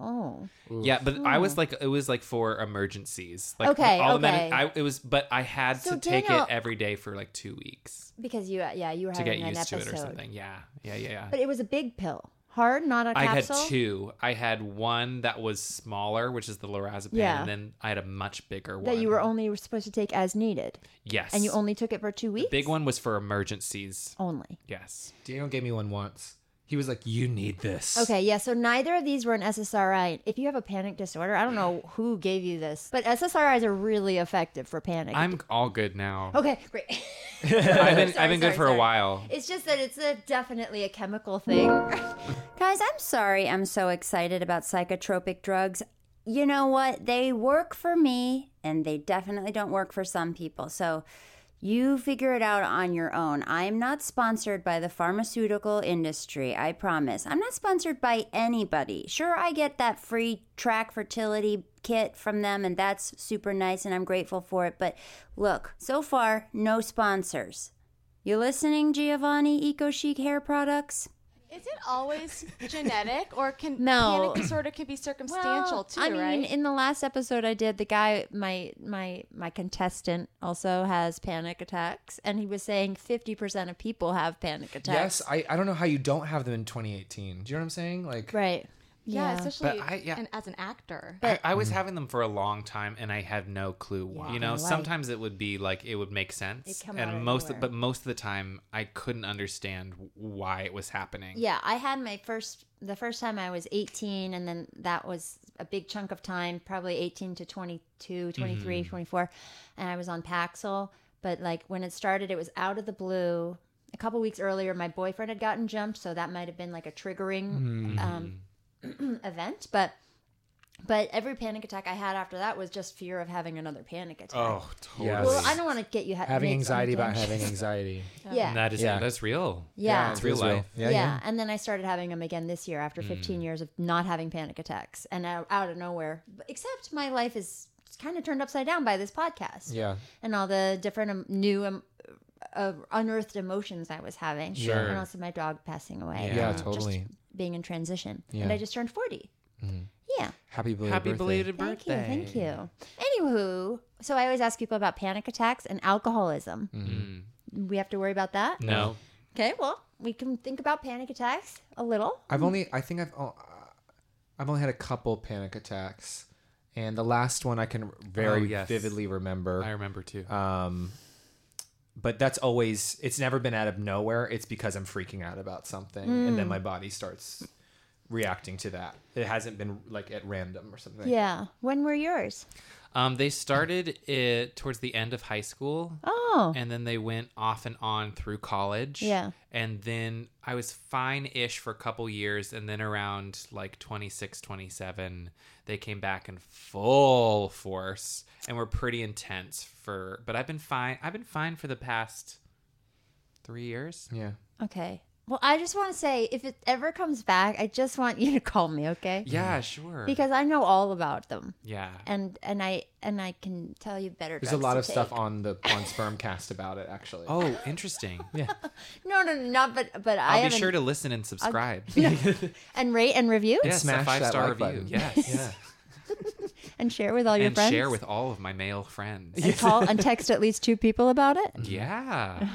Oh,
Yeah, but I was like, it was like for emergencies. Like
Okay,
all the medi-
okay.
I, it was, but I had
So
to take
Daniel-
it every day for like two weeks
because you uh, yeah you were
to get
having an
used
episode,
to it or something. Yeah, yeah, yeah, yeah.
but it was a big pill, hard, not a
I had
capsule.
two. I had one that was smaller, which is the lorazepam,
Yeah.
and then I had a much bigger one
that you were only supposed to take as needed,
yes,
and you only took it for two
the
weeks.
big one was for emergencies.
only.
Yes,
Daniel gave me one once. He was like, "You need this."
Okay, yeah. So neither of these were an SSRI. If you have a panic disorder, I don't know who gave you this, but SSRIs are really effective for panic.
I'm all good now.
okay, great.
I've been
Sorry,
I've been
sorry,
good for
sorry.
a while.
It's just that it's a, definitely a chemical thing.
Guys, I'm sorry I'm so excited about psychotropic drugs. You know what? They work for me and they definitely don't work for some people. So you figure it out on your own. I'm not sponsored by the pharmaceutical industry, I promise. I'm not sponsored by anybody. Sure, I get that free track fertility kit from them, and that's super nice, and I'm grateful for it. But look, so far, no sponsors. You listening, Giovanni Eco Chic Hair Products?
Is it always genetic or can
No.
panic disorder can be circumstantial too,
I mean,
right?
in the last episode I did, the guy, my my my contestant, also has panic attacks, and he was saying fifty percent of people have panic attacks.
Yes, I, I don't know how you don't have them in 2018. Do you know what I'm saying? Like,
right.
yeah, especially
But I- yeah.
an- as an actor.
I, I was having them for a long time and I had no clue why. you know, sometimes it would be like it would make sense,
come out of
and most,
nowhere.
but most of the time I couldn't understand why it was happening.
Yeah, I had my first the first time I was 18 and then that was a big chunk of time, probably 18 to 22, 23,
Mm-hmm.
24, and I was on Paxil, but like when it started it was out of the blue. A couple weeks earlier my boyfriend had gotten jumped, so that might have been like a triggering
Mm-hmm.
um, event, but but every panic attack I had after that was just fear of having another panic attack.
Oh, totally.
Yes.
well, I don't want to get you ha-
having
make
anxiety about
something-
having anxiety.
yeah.
And that is
Yeah.
that's real.
yeah.
It's
It
real
is real.
life.
Yeah, and then I started having them again this year after 15 years of not having panic attacks and out, out of nowhere. Except my life is kind of turned upside down by this podcast
Yeah.
and all the different um, new um, uh, unearthed emotions I was having.
Sure.
And also my dog passing away.
Yeah.
and
Yeah,
just
totally.
being in transition.
Yeah.
And I just turned 40. Yeah.
Happy belated
Happy
birthday.
belated
Thank
birthday.
you. Thank you. Anywho, so I always ask people about panic attacks and alcoholism.
Mm-hmm.
Mm.
We have to worry about that?
No.
Okay, well, we can think about panic attacks a little.
I've only I think I've o- uh, I've only had a couple panic attacks, and the last one I can very
Oh, yes.
vividly remember.
I remember too.
Um, but that's always it's never been out of nowhere. It's because I'm freaking out about something, and
Hmm.
then my body starts reacting to that. It hasn't been like at random or something.
Yeah. When were yours?
Um, they started it towards the end of high school.
Oh.
and then they went off and on through college.
Yeah.
And then I was fine ish for a couple years. And then around like 26, 27, they came back in full force and were pretty intense for, but I've been fine. I've been fine for the past three years.
Yeah.
Okay. Well, I just want to say if it ever comes back, I just want you to call me, okay?
Yeah, sure.
Because I know all about them.
yeah.
And and I and I can tell you better.
There's a
drugs
lot
to
of stuff
take.
on the on Spermcast about it actually.
Oh, interesting.
No, no, no, not but but I
I'll be
haven't-
sure to listen and subscribe.
and rate and review
Yes,
Smash
a five
that
star
like
review.
button.
Yes.
Yeah.
and share with all your
and
friends.
share with all of my male friends.
and call and text at least two people about it.
Yeah.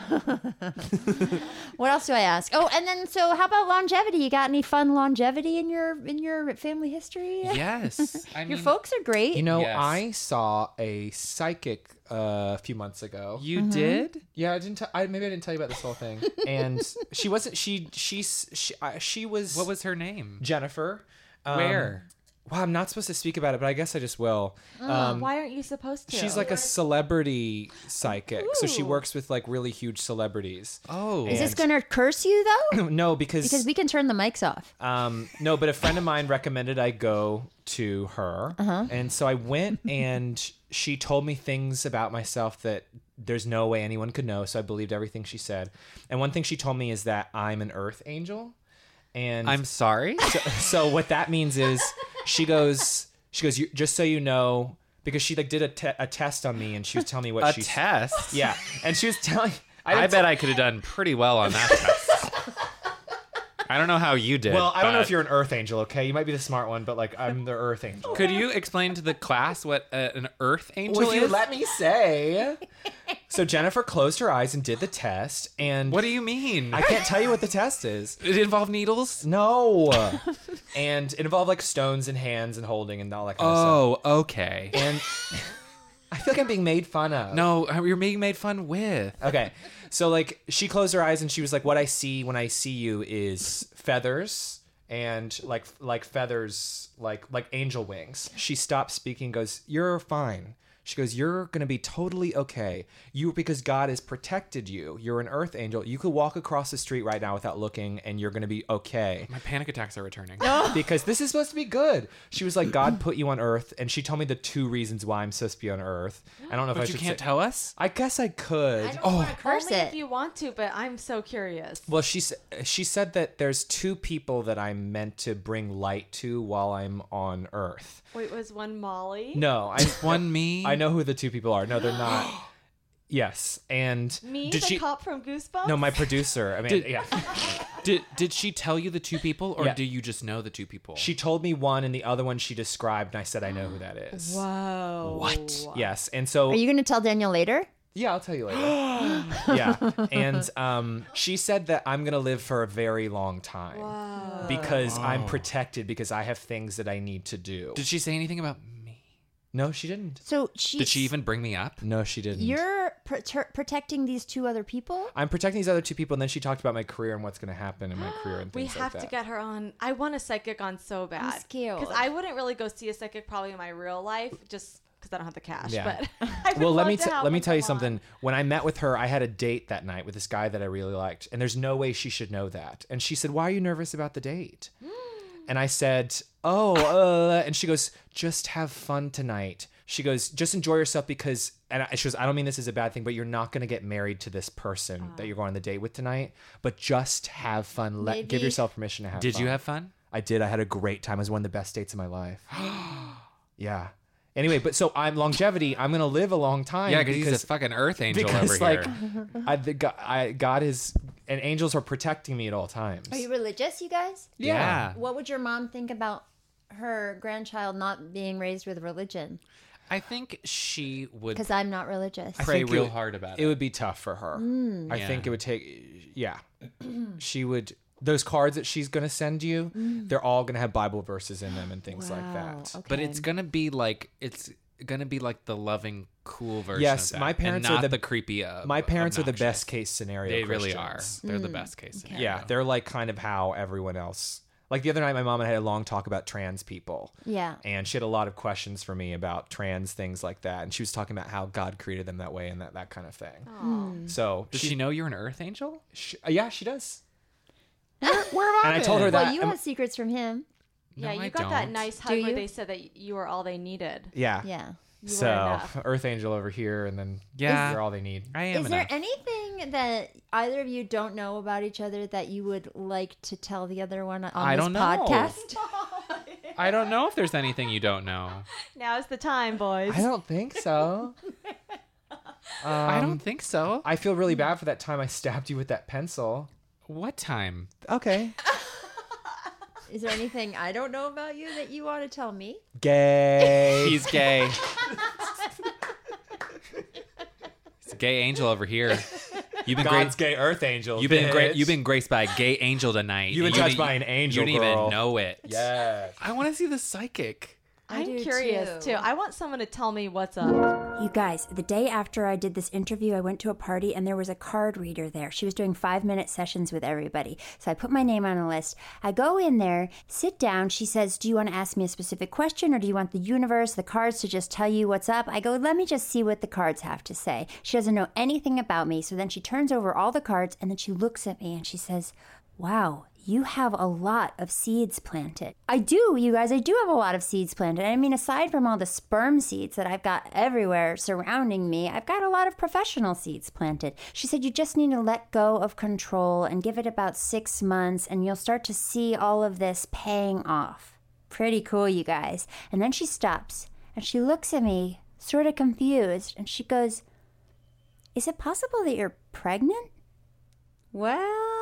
What else do I ask? Oh, and then so how about longevity? You got any fun longevity in your in your family history?
Yes. I mean,
Your folks are great.
You know,
Yes.
I saw a psychic uh, a few months ago.
You did?
yeah, I didn't. T- I maybe I didn't tell you about this whole thing. and she wasn't. She she s- she, I she was.
What was her name?
Jennifer? Um,
Where?
Well, I'm not supposed to speak about it, but I guess I just will. um,
Why aren't you supposed to?
She's like a celebrity psychic, so she works with like really huge celebrities.
Oh.
Is this gonna curse you though?
no, because,
Because we can turn the mics off.
um, no, but a friend of mine recommended I go to her,
Uh-huh.
and so I went, and she told me things about myself that there's no way anyone could know. So I believed everything she said, and one thing she told me is that I'm an Earth angel, and
I'm sorry.
so, so what that means is she goes she goes you, just so you know because she like did a, te- a test on me and she was telling me what
A
she
test.
yeah and she was telling
I,
didn't
bet I could have done pretty well on that test. I don't know how you did.
well I don't know
but-
if you're an earth angel okay you might be the smart one but like I'm the earth angel
Could you explain to the class what uh, an Earth angel
well, if you
is?
let me say so Jennifer closed her eyes and did the test and
what do you mean?
I can't tell you what the test is
It involved needles.
no and it involved like stones and hands and holding and all that kind of stuff
Oh, okay.
and I feel like I'm being made fun of
No, uh, you're being made fun with.
Okay. So like she closed her eyes and she was like, "What I see when I see you is feathers and like like feathers like like angel wings." She stops speaking, goes, "You're fine." She goes, "You're gonna be totally okay. You because God has protected you. You're an earth angel. You could walk across the street right now without looking, and you're gonna be okay."
My panic attacks are returning.
because this is supposed to be good. She was like, "God put you on Earth," and she told me the two reasons why I'm supposed to be on Earth. I don't know if I
But
should
you can't
say-
tell us.
I guess I could.
oh,
curse
only
it.
if you want to, but I'm so curious.
Well, she s- she said that there's two people that I'm meant to bring light to while I'm on Earth.
Wait, was one Molly?
No, I
One me.
I know who the two people are. No, they're not. yes, and
Me, the cop from Goosebumps.
No, my producer. I mean,
Did-
yeah.
Did Did she tell you the two people, or
Yeah.
do you just know the two people?
She told me one, and the other one she described, and I said I know who that is.
Whoa. What?
Yes, and
Oh.
so
Are you gonna tell Daniel later?
Yeah, I'll tell you later. yeah. And um, she said that I'm going to live for a very long time because I'm protected because I have things that I need to do.
Did she say anything about me?
no, she didn't.
So she
Did she even bring me up?
No, she didn't.
you're prote- protecting these two other people?
I'm protecting these other two people, and then she talked about my career and what's going to happen in my career and
We
things
have
like
to
that.
get her on. I want a psychic on so bad.
scared.
Because I wouldn't really go see a psychic probably in my real life just because I don't have the cash.
Yeah.
But I would
well, let
love
me
to
t-
have
let me
one
tell you
come on.
something. When I met with her, I had a date that night with this guy that I really liked, and there's no way she should know that. And she said, "Why are you nervous about the date?"
Hmm.
and I said, "Oh," uh, and she goes, "Just have fun tonight." She goes, "Just enjoy yourself because," and I, she goes, "I don't mean this is a bad thing, but you're not going to get married to this person
Ah.
that you're going on the date with tonight. But just have fun. Let give
Maybe-
yourself permission to have."
Did
fun.
you have fun?
I did. I had a great time. It was one of the best dates of my life. yeah. Anyway, but so I'm longevity. I'm gonna live a long time.
Yeah, because he's a fucking Earth angel
because,
over
like,
here.
I, the, God, I, God is and angels are protecting me at all times.
Are you religious, you guys?
Yeah.
What would your mom think about her grandchild not being raised with religion?
I think she would
Because I'm not religious.
I
pray
think it
real
would-
hard about
It
it.
would be tough for her.
Mm.
I
Yeah.
think it would take. Yeah, she would. Those cards that she's gonna send you,
Mm.
they're all gonna have Bible verses in them and things like that.
But it's gonna be like it's gonna be like the loving, cool version.
Yes,
of that,
my parents
and
are
not
the-
creepy. Uh,
My parents are the
obnoxious.
best case scenario.
They really are.
Christians.
They're
Mm,
the best case. Scenario.
Yeah, they're like kind of how everyone else. Like the other night, my mom and I had a long talk about trans people.
Yeah.
And she had a lot of questions for me about trans things like that. And she was talking about how God created them that way and that, that kind of thing. So,
Does she, know you're an Earth angel?
she, yeah, she does. Where, where and I told her that.
Well, you
um,
have secrets from him.
Yeah,
No,
you
I
got that
don't.
nice hug where
you?
they said that you were all they needed.
yeah.
Yeah.
You were
So,
enough.
Earth Angel over here, and then
Yeah.
you're all they need.
I am.
Is there
enough.
anything that either of you don't know about each other that you would like to tell the other one on
I
this
don't know.
podcast?
I don't know if there's anything you don't know.
Now's the time, boys.
I don't think so.
Um,
Um,
I don't Hmm. think so.
I feel really bad for that time I stabbed you with that pencil.
what time?
Okay.
Is there anything I don't know about you that you want to tell me?
Gay.
He's gay. It's a gay angel over here. You've been
God's
great.
gay earth angel.
You've been great.
bitch.
You've been graced by a gay angel tonight.
You've been
and
touched
didn't-
by an angel,
You didn't
girl.
even know it.
Yeah.
I want to see the psychic.
I'm
do
curious
too.
too. I want someone to tell me what's up.
You guys, the day after I did this interview, I went to a party and there was a card reader there. She was doing five minute sessions with everybody. So I put my name on a list. I go in there, sit down. She says, Do you want to ask me a specific question or do you want the universe, the cards to just tell you what's up? I go, Let me just see what the cards have to say. She doesn't know anything about me. So then she turns over all the cards and then she looks at me and she says, Wow, you have a lot of seeds planted. I do, you guys. I do have a lot of seeds planted. I mean, aside from all the sperm seeds that I've got everywhere surrounding me, I've got a lot of professional seeds planted. She said, You just need to let go of control and give it about six months, and you'll start to see all of this paying off. Pretty cool, you guys. And then she stops and she looks at me, sort of confused, and she goes, Is it possible that you're pregnant? Well,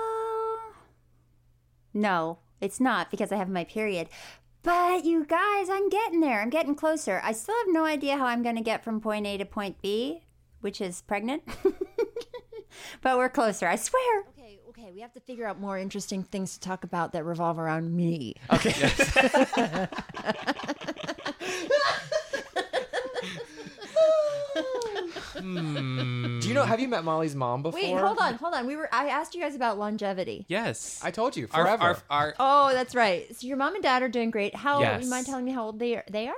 no, it's not because I have my period. But you guys, I'm getting there. I'm getting closer. I still have no idea how I'm going to get from point A to point B, which is pregnant. but we're closer, I swear.
Okay, okay, we have to figure out more interesting things to talk about that revolve around me.
Hmm.
Do you know? Have you met Molly's mom before?
Wait, hold on, hold on. We were I asked you guys about longevity.
Yes.
I told you
Our-
forever.
our- our-
Oh, that's right. So your mom and dad are doing great. How
Yes.
you mind telling me how old they are? They are?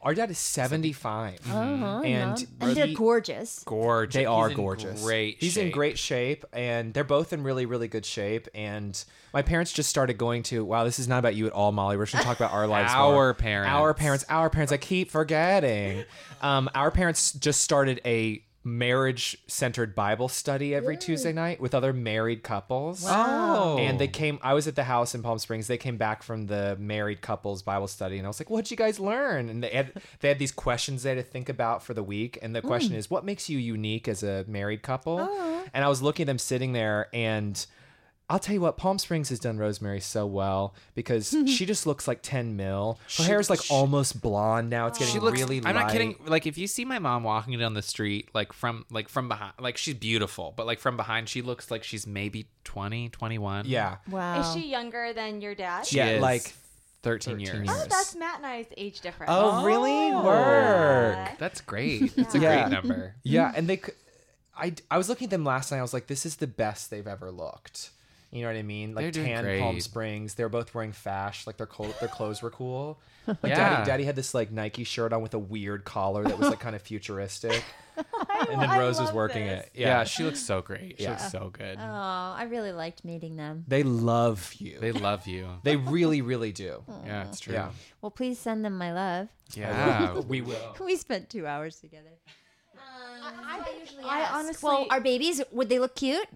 Our dad is 75.
Uh-huh,
And
Mom. and they're
he-
gorgeous.
gorgeous.
They
He's
are
in
gorgeous.
Great.
He's in
shape.
great shape, and they're both in really, really good shape. And my parents just started going to. Wow, this is not about you at all, Molly. We're just gonna talk about our lives.
Our
more.
parents.
Our parents. Our parents. I keep forgetting. Um, our parents just started a marriage-centered Bible study every Tuesday night with other married couples.
Oh.
And they came. I was at the house in Palm Springs. They came back from the married couples Bible study, and I was like, "What'd you guys learn?" And they had they had these questions they had to think about for the week. And the question is, "What makes you unique as a married couple?" And I was looking at them sitting there, and I'll tell you what, Palm Springs has done Rosemary so well because she just looks like ten mil. Her hair is like almost blonde now. It's getting
She looks.
really.
I'm not
light.
kidding. Like if you see my mom walking down the street, like from like from behind, like she's beautiful, but like from behind, she looks like she's maybe 20, 21.
Yeah,
Wow.
Is she younger than your dad?
She
yeah,
is
like
13,
13
years.
years.
Oh, that's Matt and I's age difference.
Oh, really? Work.
That's great. It's a
Yeah.
great number.
Yeah, and they, c- I I was looking at them last night. I was like, this is the best they've ever looked. You know what I mean? Like
They're doing
tan
great.
Palm Springs. They're both wearing fash. Like their clo- their clothes were cool. Like
Yeah.
Daddy Daddy had this like Nike shirt on with a weird collar that was like kind of futuristic. and then
I
Rose was
love
working
this.
it.
Yeah.
Yeah.
she looks so great. She
Yeah.
looks so good.
Oh, I really liked meeting them.
They love you.
They love you.
They really, really do.
Yeah, it's true.
Yeah.
Well, please send them my love.
Yeah,
We will.
We spent two hours together.
I honestly.
Well, our babies, would they look cute?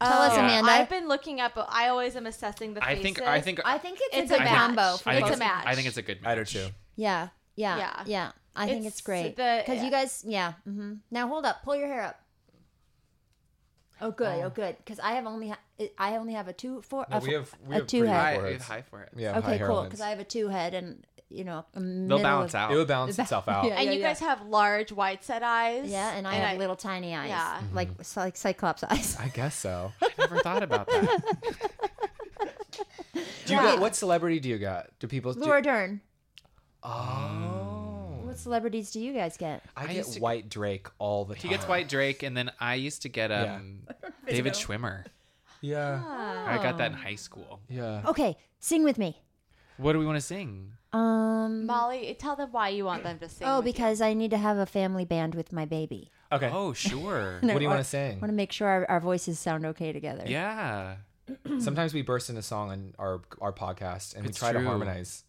Tell us,
Yeah.
Amanda.
I've been looking up. I always am assessing the
I
faces.
think. I think.
I think it's,
It's
a
a
good
match.
combo. For
I
it's
think
a
both.
match.
I think it's a good match.
I do too.
Yeah, yeah, yeah,
Yeah.
I think it's,
It's
great
the-
because you guys, yeah. hmm Now hold up, pull your hair up. Oh good, oh, good, because I have only ha- I only have a two four.
No,
a,
we have- we
a
have
two
pretty
head.
high-
I, high for it.
Yeah.
Okay,
high
cool,
heroines.
because I have a two head and you know a
They'll
middle
balance
of-
out.
It would balance itself out.
Yeah.
and you guys have large, wide set eyes.
Yeah, and I have little tiny eyes,
Yeah.
like like cyclops eyes.
I guess so.
I never thought about that.
Do you got, what celebrity do you got? Do people? Do,
Laura Dern.
oh.
What celebrities do you guys get?
I, get
used to-
White Drake all the time.
He gets White Drake, and then I used to get um David Schwimmer.
Yeah.
Um,
I got that in high school.
Yeah.
Okay, sing with me.
What do we want to sing?
Um.
Molly, tell them why you want them to sing.
Oh,
with you.
because I need to have a family band with my baby.
Okay.
Oh, sure.
what do you want to
I want
sing?
to make sure our, our voices sound okay together.
yeah.
Sometimes we burst into song on our our podcast and
It's
we try to
true.
harmonize. Uh,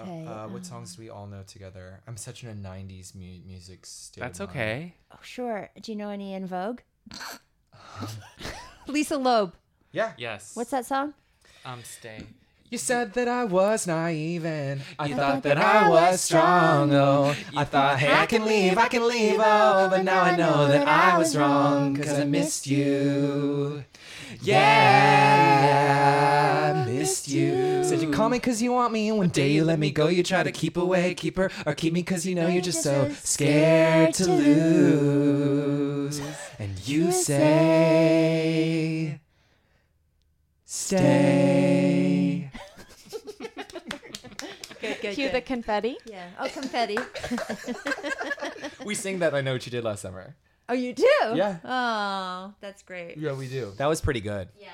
Okay,
uh, what songs do we all know together? I'm such in a '90s mu- music. State of
That's
mind.
okay.
Oh, sure. Do you know any in Vogue? Lisa Loeb.
Yeah.
Yes.
What's that song?
Um, stay.
You said that I was naive and I
You
thought that I was strong. Oh, I thought, hey, I can leave, I can Oh, leave. Oh, but now I know that I was wrong because I missed you. Yeah, I missed you. Said you call me because you want me, and one day you let me go. You try to keep away, keep her, or keep me because you know you're just so scared to lose. And you say, stay.
Cue the confetti.
Yeah. Oh, confetti.
We sing that I Know What You Did Last Summer.
oh, you do?
Yeah.
Oh, that's great.
Yeah, we do. That was pretty good. Yeah.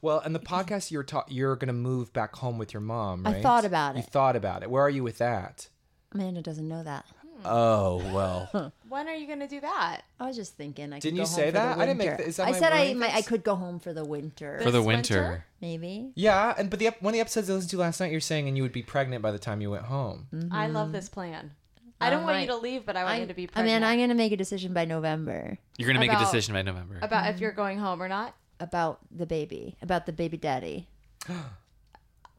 Well, and the podcast you were ta- you're going to move back home with your mom,
I
right?
thought about
You
it.
thought about it. Where are you with that?
Amanda doesn't know that.
Oh well.
When are you going to do that?
I was just thinking. I could
Didn't
go
you
home
say
for the
that? I didn't make
winter.
th- is that
I
my
said I
word?
might, I could go home for the winter,
for the
This winter?
winter.
maybe.
yeah, and but the ep- one of the episodes I listened to last night, you're saying, and you would be pregnant by the time you went home.
Hmm.
I
Mm-hmm.
love this plan. I don't want you
might-
to leave, but I want you to be
I
pregnant.
mean, I'm gonna make a decision by November
You're gonna make a
About-
decision by November.
about
Mm-hmm.
if you're going home or not.
about the baby, about the baby daddy.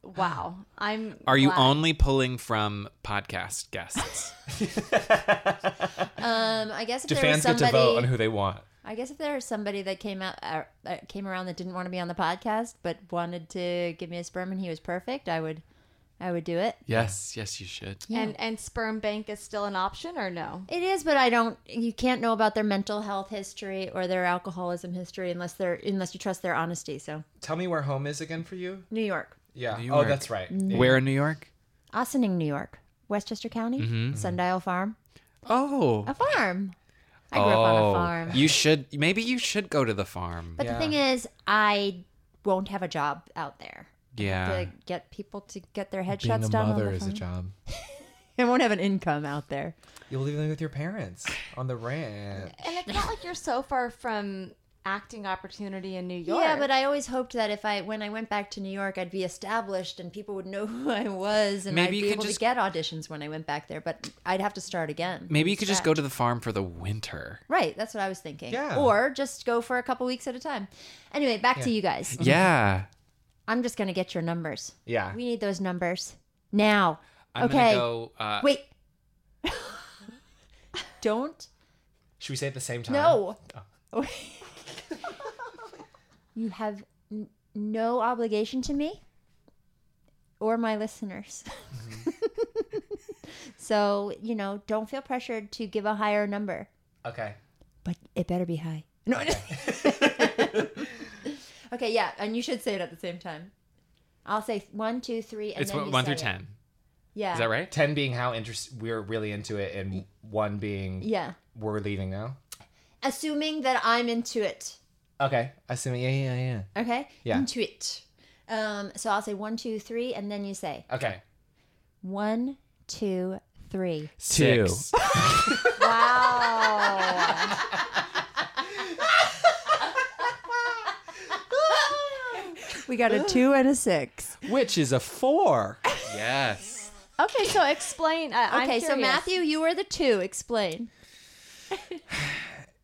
Wow. I'm.
Are you
glad.
only pulling from podcast guests?
Um, I guess if
Do
there was
fans
somebody,
get to vote on who they want?
I guess if there was somebody that came out, uh, uh, came around that didn't want to be on the podcast but wanted to give me a sperm and he was perfect, I would, I would do it.
yes, yes, you should.
And and sperm bank is still an option or no?
It is, but I don't. You can't know about their mental health history or their alcoholism history unless they're unless you trust their honesty. So
Tell me where home is again for you.
New York,
Yeah.
New
oh,
York.
that's right.
Mm.
Where in New York?
Ossining, New York, Westchester County,
Mm-hmm.
Sundial Farm,
Oh.
a farm. I grew up on a
Oh.
farm.
You should maybe you should go to the farm.
But the thing is, I won't have a job out there
yeah.
to get people to get their
Being
headshots
a
done. on
mother
the
is a
phone.
job.
I won't have an income out there.
You're living with your parents on the ranch.
And it's not like you're so far from acting opportunity in New York.
Yeah, but I always hoped that if I when I went back to New York, I'd be established and people would know who I was, and
Maybe
I'd
you
be
could
able
just-
to get auditions when I went back there. But I'd have to start again.
Maybe you could just go to the farm for the winter.
Right, that's what I was thinking.
Yeah.
Or just go for a couple weeks at a time. Anyway, back to you guys.
Yeah.
I'm just gonna get your numbers.
Yeah.
We need those numbers now.
I'm
okay.
gonna go uh,
Wait. Don't.
Should we say it at the same time?
No. you have n- no obligation to me or my listeners.
Mm-hmm.
so, you know, don't feel pressured to give a higher number,
Okay.
but it better be high. No. okay, yeah, and you should say it at the same time. I'll say one, two, three, and
it's
then
one,
you
one
say
through
it.
ten.
Yeah.
Is that right?
Ten being how interest we're really into it, and one being
Yeah.
we're leaving now.
Assuming that I'm into it.
Okay. Assuming. Yeah. Yeah. Yeah.
Okay?
Yeah.
Into it. Um, so I'll say one, two, three, and then you say
Okay.
one, two, three.
Two.
Six.
We got a two and a six.
Which is a four.
yes.
okay, so explain. Uh, I'm
Okay, so
curious.
Matthew, you were the two. Explain.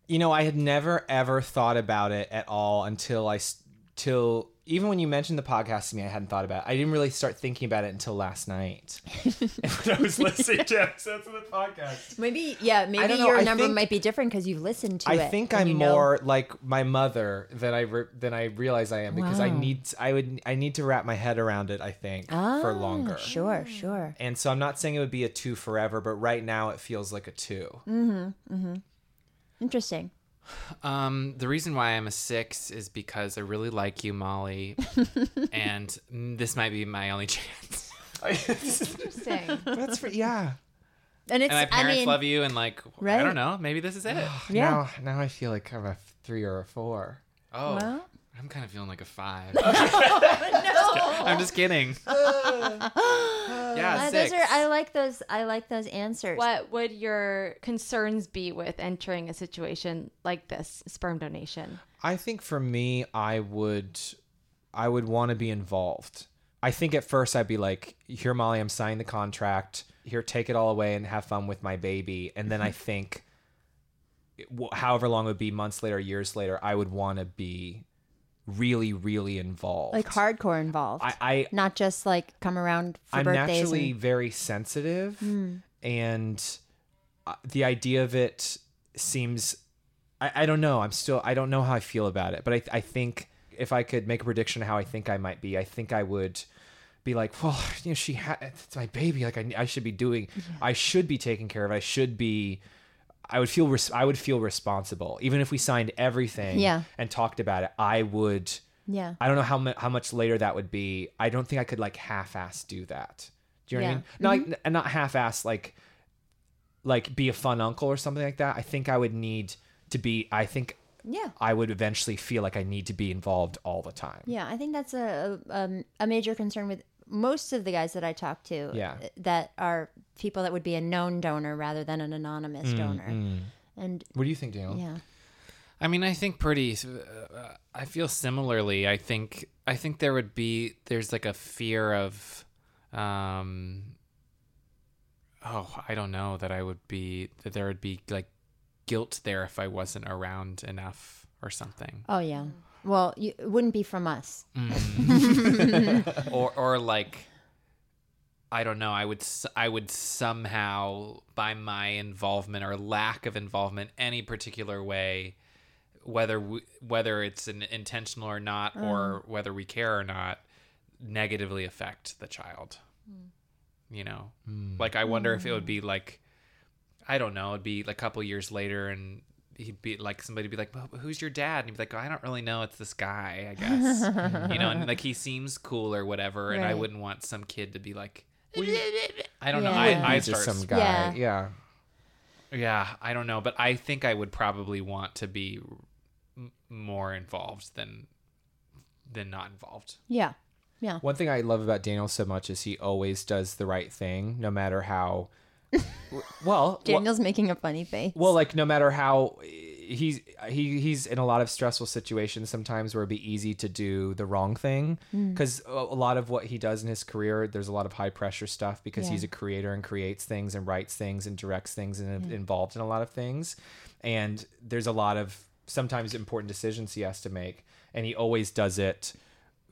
You know, I had never ever thought about it at all until I, s- till even when you mentioned the podcast to me, I hadn't thought about it. I didn't really start thinking about it until last night when I was listening to episodes of the podcast.
Maybe, yeah, maybe
don't know.
your
I
number
think-
might be different because you've listened to
I
it.
think
and
I'm
you know-
more like my mother than I re- than I realize I am because I need I would I need to wrap my head around it. I think for
Ah,
longer.
Sure, sure.
And so I'm not saying it would be a two forever, but right now it feels like a two.
Interesting.
Um, the reason why I'm a six is because I really like you, Molly, and mm, this might be my only chance.
Interesting.
That's for yeah.
And it's,
And my
I
parents
mean,
love you, and like I
Right.
don't know, maybe this is it.
Yeah.
Now, now I feel like I'm a three or a four.
Oh,
Well.
I'm kind of feeling like a five. I'm just kidding. yeah,
uh,
six.
those are. I like those. I like those answers.
what would your concerns be with entering a situation like this, sperm donation?
I think for me, I would, I would want to be involved. I think at first I'd be like, "Here, Molly, I'm signing the contract. Here, take it all away and have fun with my baby." And then I think, wh- however long it would be, months later, years later, I would want to be really, really involved.
Like hardcore involved,
I, I
not just like come around for
I'm
birthdays.
naturally
and- Hmm.
very sensitive, and uh, the idea of it seems. I, I don't know. I'm still. I don't know how I feel about it, but I, I think if I could make a prediction of how I think I might be, I think I would be like, well, you know, she had it's my baby. Like I, I should be doing, I should be taking care of. I should be. I would feel res- I would feel responsible even if we signed everything
Yeah.
and talked about it. I would.
Yeah.
I don't know how mu- how much later that would be. I don't think I could like half-ass do that. Do you know what I
Mm-hmm.
mean? Not and not half-ass like like be a fun uncle or something like that. I think I would need to be. I think
Yeah.
I would eventually feel like I need to be involved all the time.
Yeah, I think that's a a, um, a major concern with most of the guys that I talk to.
Yeah.
uh, that are people that would be a known donor rather than an anonymous
Mm,
Mm,
donor. And
What do you think, Daniel?
yeah,
I mean, I think pretty. Uh, I feel similarly. I think I think there would be there's like a fear of, um, oh, I don't know that I would be that there would be like guilt there if I wasn't around enough or something,
oh yeah. Well, you, it wouldn't be from us.
or or like. I don't know. I would s- I would somehow by my involvement or lack of involvement any particular way whether we, whether it's an intentional or not or whether we care or not negatively affect the child you know like i wonder if it would be like i don't know it'd be a couple years later and he'd be like somebody would be like "Well, who's your dad and he'd be like "Oh, i don't really know it's this guy i guess you know and like he seems cool or whatever and i
Right.
wouldn't want some kid to be like i don't know
Yeah.
i, I
He's
start
just some guy.
Yeah.
yeah.
yeah, I don't know, but I think I would probably want to be m- more involved than than not involved.
Yeah,
One thing I love about Daniel so much is he always does the right thing, no matter how. well, wha-
Daniel's making a funny face.
well, like no matter how he's he he's in a lot of stressful situations sometimes where it'd be easy to do the wrong thing
Hmm.
because a a lot of what he does in his career, there's a lot of high pressure stuff because he's a creator and creates things and writes things and directs things and
Hmm.
involved in a lot of things, and there's a lot of sometimes important decisions he has to make, and he always does it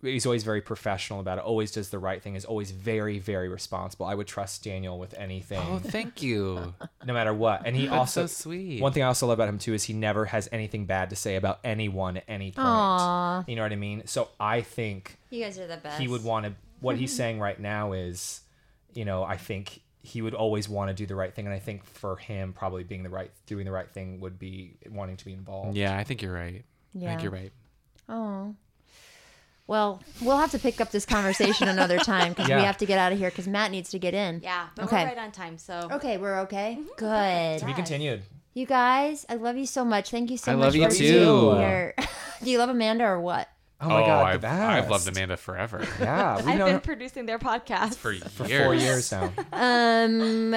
he's always very professional about it always does the right thing is always very very responsible i would trust daniel with anything
Oh, thank you.
no matter what and he
That's
also
so sweet.
one thing i also love about him too is he never has anything bad to say about anyone at any point
Aw.
you know what i mean so i think
you guys are the best.
he would want to what he's saying right now is you know i think he would always want to do the right thing and i think for him probably being the right doing the right thing would be wanting to be involved
yeah, I think you're right. I
Yeah.
think you're right.
Oh. Well, we'll have to pick up this conversation another time because
Yeah.
we have to get out of here because Matt needs to get in.
Yeah, but
Okay.
we're right on time, so
Okay, we're okay. Good.
to be continued
You guys, I love you so much. Thank you so
I
much
love you
for
too.
being here. Do you love Amanda or what?
oh my god
I've,
the
I've loved
best.
Amanda forever
yeah we've
I've
known
been
her
producing their podcast
for years.
for four years now
Um,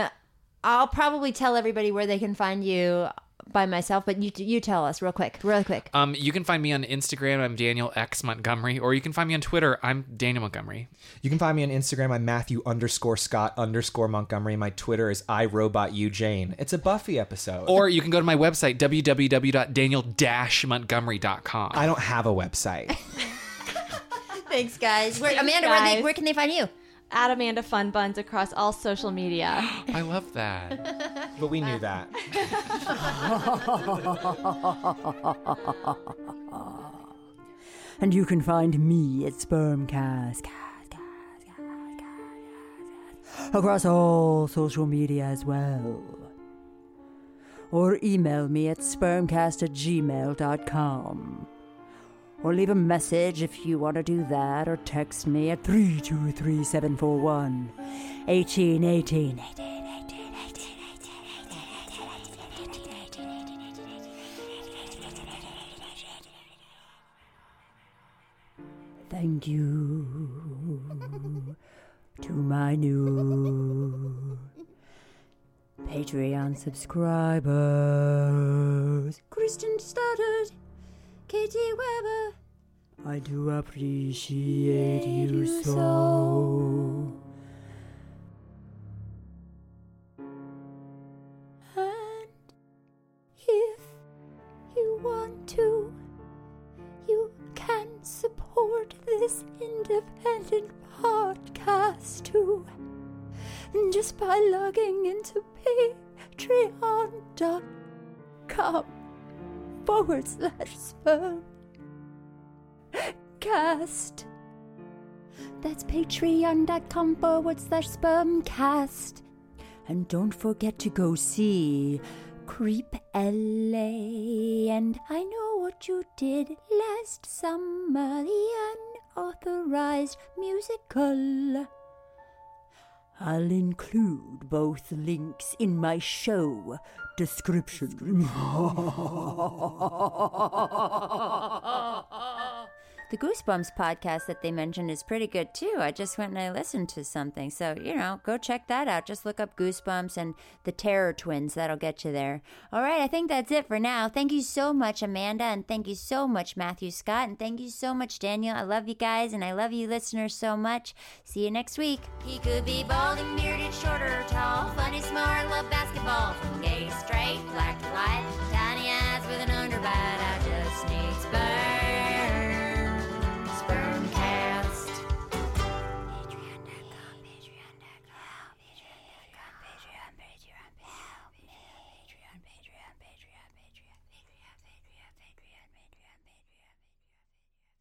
I'll probably tell everybody where they can find you by myself, but you you tell us real quick, real quick.
Um, you can find me on Instagram. I'm Daniel X Montgomery, or you can find me on Twitter. I'm Daniel Montgomery.
You can find me on Instagram. I'm Matthew underscore Scott underscore Montgomery. My Twitter is iRobotUJane. It's a Buffy episode.
Or you can go to my website www.daniel-montgomery.com.
I don't have a website.
Thanks, guys. Where, Amanda, Where, they,
guys.
where can they find you?
at Amanda Fun Buns across all social media.
I love that.
but we knew that.
And you can find me at Spermcast. Across all social media as well. Or email me at spermcast at gmail.com. Or leave a message if you want to do that, or text me at 323741 1818. Thank you to my new Patreon subscribers.
Kristen Stoddard, Katie Weber.
I do appreciate you so.
And if you want to, you can support this independent podcast too. Just by logging into patreon.com forward slash sperm
Spermcast. That's patreon.com forward slash spermcast. And don't forget to go see Creep LA. And I know what you did last summer, the unauthorized musical. I'll include both links in my show description.
The Goosebumps podcast that they mentioned is pretty good too. I just went and I listened to something. So, you know, go check that out. Just look up Goosebumps and the Terror Twins. That'll get you there. All right, I think that's it for now. Thank you so much, Amanda. And thank you so much, Matthew Scott. And thank you so much, Daniel. I love you guys and I love you listeners so much. See you next week.
He could be bald and bearded, short or tall, funny, smart, love basketball, from gay to straight, black to white, tiny eyes with an underbite. I just need sperm, sperm cast. Patreon.com, Patreon.com, Patreon.com, Patreon, Patreon, Patreon, Patreon, Patreon, Patreon, Patreon, Patreon, Patreon, Patreon, Patreon, Patreon.